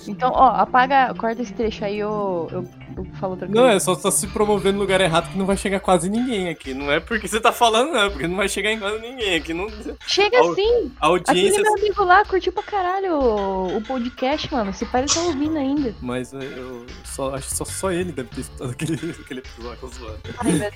Speaker 7: Então, ó, apaga, corta esse trecho aí, eu, eu, eu falo outra coisa.
Speaker 1: Não, é só você tá se promovendo no lugar errado que não vai chegar quase ninguém aqui. Não é porque você tá falando, não, é porque não vai chegar em quase ninguém aqui. Não...
Speaker 7: Chega
Speaker 1: Au-
Speaker 7: assim!
Speaker 1: A audiência. é
Speaker 7: Aquele meu amigo lá curtiu pra caralho o, o podcast, mano. Se pá, ele tá ouvindo ainda.
Speaker 1: Mas é, eu só, acho que só, só ele deve ter escutado aquele, aquele episódio. tô zoando.
Speaker 7: Ai, velho.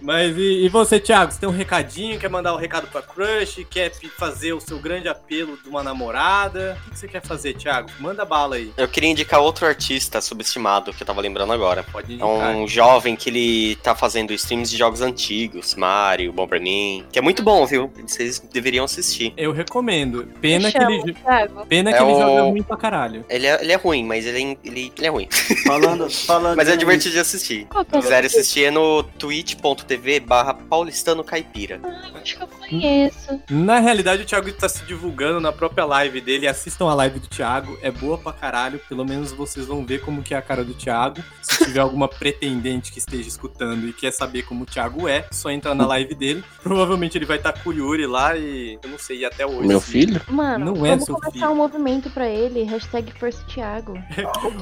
Speaker 1: Mas e, e você, Thiago? Você tem um recadinho? Quer mandar um recado pra Crush? Quer pe- fazer o seu grande apelo de uma namorada? O que que você quer fazer, Thiago? Manda bala aí.
Speaker 5: Eu queria indicar outro artista subestimado que eu tava lembrando agora.
Speaker 1: Pode
Speaker 5: É
Speaker 1: indicar.
Speaker 5: um jovem que ele tá fazendo streams de jogos antigos, Mario, Bomberman, que é muito bom, viu? Vocês deveriam assistir.
Speaker 1: Eu recomendo. Pena
Speaker 7: Me
Speaker 1: que ele,
Speaker 7: chama,
Speaker 1: jo-
Speaker 7: Thiago.
Speaker 1: pena
Speaker 5: É
Speaker 1: que ele
Speaker 5: o-
Speaker 1: joga muito pra caralho.
Speaker 5: Ele é, ele é ruim, mas ele é, ele, ele é ruim.
Speaker 4: Falando, falando.
Speaker 5: Mas é
Speaker 4: em-
Speaker 5: divertido de assistir.
Speaker 7: Qual que
Speaker 5: Se
Speaker 7: é?
Speaker 5: quiserem assistir, é no twitch.tv barra paulistano caipira.
Speaker 7: Acho que eu conheço.
Speaker 1: Na realidade, o Thiago tá se divulgando na própria live dele. Assistam a live do Thiago, é boa pra caralho. Pelo menos vocês vão ver como que é a cara do Thiago. Se tiver alguma pretendente que esteja escutando e quer saber como o Thiago é, só entra na live dele. Provavelmente ele vai estar com o Yuri lá e eu não sei e até hoje.
Speaker 6: Meu filho?
Speaker 7: Mano,
Speaker 1: Não é
Speaker 7: vamos
Speaker 1: seu
Speaker 7: começar
Speaker 1: filho.
Speaker 7: um movimento pra ele. Hashtag Força Thiago.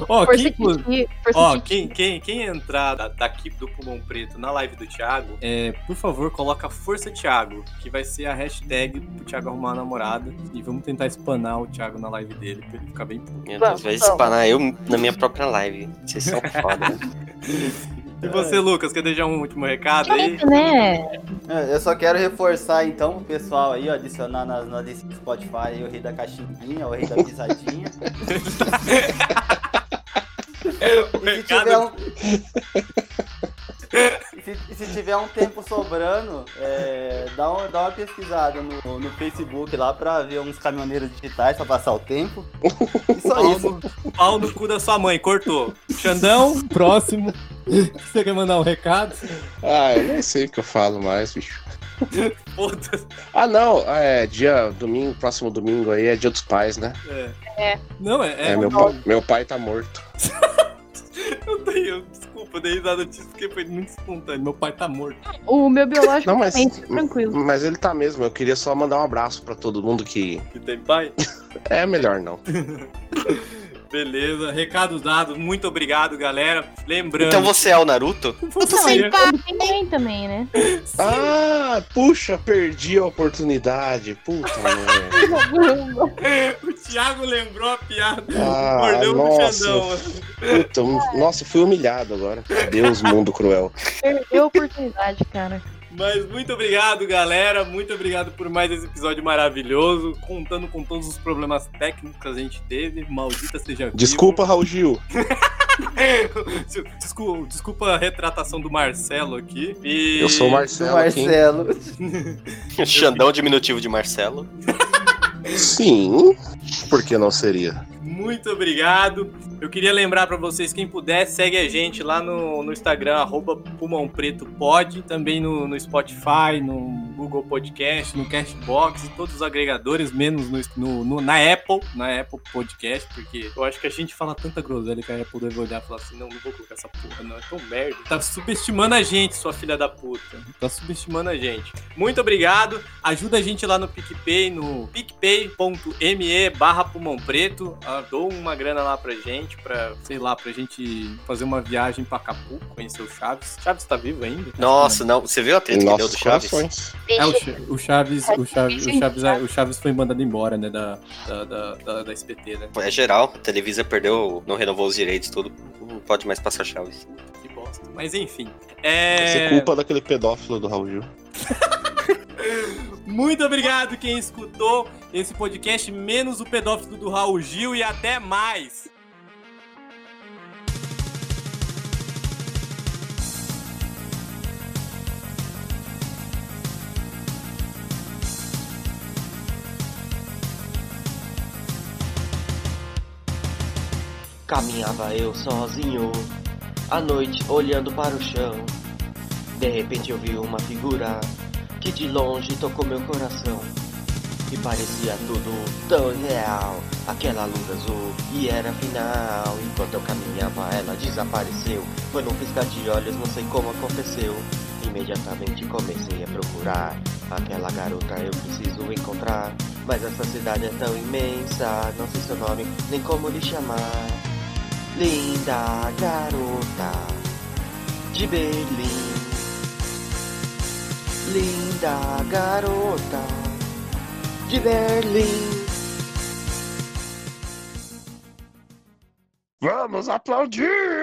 Speaker 1: Ó,
Speaker 7: Força
Speaker 1: quem, inclu-
Speaker 7: Titi, Força
Speaker 1: Ó,
Speaker 7: Titi.
Speaker 1: quem, quem, quem entrar da- daqui do Pulmão Preto na live do Thiago, é, por favor, coloca Força Thiago, que vai ser a hashtag pro Thiago arrumar a namorada. E vamos tentar espanar o Thiago na live dele, pra ele ficar bem puto.
Speaker 5: Meu Deus,
Speaker 7: Vamos,
Speaker 5: vai
Speaker 7: vamos.
Speaker 5: espanar eu na minha própria live. Vocês são foda.
Speaker 1: E você, Lucas, quer deixar um último recado aí?
Speaker 7: Gente, né?
Speaker 4: É, Eu só quero reforçar então o pessoal aí, ó, adicionar nas na lista do Spotify aí, o rei da cachimbinha, o rei da pisadinha.
Speaker 1: O é
Speaker 4: E se tiver um. Se, se tiver um tempo sobrando, é, dá, um- dá uma pesquisada no, no Facebook lá pra ver uns caminhoneiros digitais pra passar o tempo. E só
Speaker 1: pau,
Speaker 4: isso.
Speaker 1: no, pau no cu da sua mãe, cortou. Xandão, próximo. Você quer mandar um recado?
Speaker 6: Ah, eu nem sei o que eu falo mais, bicho.
Speaker 1: Foda-se.
Speaker 6: Ah, não, é dia domingo, próximo domingo aí é dia dos pais, né?
Speaker 1: É.
Speaker 7: É.
Speaker 1: Não, é.
Speaker 6: É,
Speaker 1: é,
Speaker 6: meu,
Speaker 1: não,
Speaker 6: pa- meu pai tá morto.
Speaker 1: eu dei- eu- desculpa, eu dei risada disso porque foi muito espontâneo. Meu pai tá morto.
Speaker 7: O meu biológico
Speaker 6: Não, mas-
Speaker 7: também, fica tranquilo.
Speaker 6: Mas ele tá mesmo, eu queria só mandar um abraço pra todo mundo que.
Speaker 1: Que tem pai?
Speaker 6: É melhor não.
Speaker 1: Beleza, recado dado. Muito obrigado, galera. Lembrando.
Speaker 5: Então você é o Naruto?
Speaker 1: você
Speaker 7: Tem mãe também, né?
Speaker 6: Ah, puxa, perdi a oportunidade. Puta merda.
Speaker 1: O Thiago lembrou a piada.
Speaker 6: Ah,
Speaker 1: Mordeu o
Speaker 6: nossa.
Speaker 1: Xandão.
Speaker 6: Puta, um- nossa, fui humilhado agora. Deus, mundo cruel.
Speaker 7: Perdeu a oportunidade, cara.
Speaker 1: Mas muito obrigado, galera. Muito obrigado por mais esse episódio maravilhoso. Contando com todos os problemas técnicos que a gente teve. Maldita seja vivo.
Speaker 6: Desculpa, Raul Gil.
Speaker 1: Desculpa, desculpa a retratação do Marcelo aqui. E-
Speaker 6: Eu sou o
Speaker 4: Do
Speaker 6: Marcelo aqui.
Speaker 4: Marcelo.
Speaker 5: Xandão diminutivo de Marcelo.
Speaker 6: Sim, por que não seria?
Speaker 1: Muito obrigado. Eu queria lembrar pra vocês, quem puder, segue a gente lá no, no Instagram, arroba Pulmão Preto Pod, também no, no Spotify, no Google Podcast, no Castbox, e todos os agregadores, menos no, no- no- na Apple, na Apple Podcast, porque eu acho que a gente fala tanta groselha que a Apple deve olhar e falar assim, não, não vou colocar essa porra, não, é tão merda. Tá subestimando a gente, sua filha da puta. Tá subestimando a gente. Muito obrigado. Ajuda a gente lá no PicPay, no picpay.me barra pulmão preto. Ah, Dou uma grana lá pra gente, pra, sei lá, pra gente fazer uma viagem pra Acapulco, conhecer o Chaves. Chaves tá vivo ainda?
Speaker 5: Nossa, não. Você viu a treta que deu do
Speaker 6: Nossos
Speaker 5: Chaves?
Speaker 6: corações.
Speaker 1: É, o, Cha- o Chaves, o Chaves, o Chaves, o Chaves foi mandado embora, né, da, da, da, da, da SPT, né?
Speaker 5: É geral, a Televisa perdeu, não renovou os direitos, tudo. Não pode mais passar Chaves.
Speaker 1: Que bosta. Mas enfim.
Speaker 6: Vai ser
Speaker 1: É...
Speaker 6: culpa daquele pedófilo do Raul Gil.
Speaker 1: Muito obrigado quem escutou esse podcast, menos o pedófilo do Raul Gil e até mais.
Speaker 9: Caminhava eu sozinho, à noite olhando para o chão. De repente eu vi uma figura que de longe tocou meu coração. E parecia tudo tão real, aquela luz azul, e era final. Enquanto eu caminhava, ela desapareceu. Foi num piscar de olhos, não sei como aconteceu. Imediatamente comecei a procurar aquela garota, eu preciso encontrar. Mas essa cidade é tão imensa, não sei seu nome, nem como lhe chamar. Linda garota de Berlim. Linda garota de Berlim.
Speaker 6: Vamos aplaudir!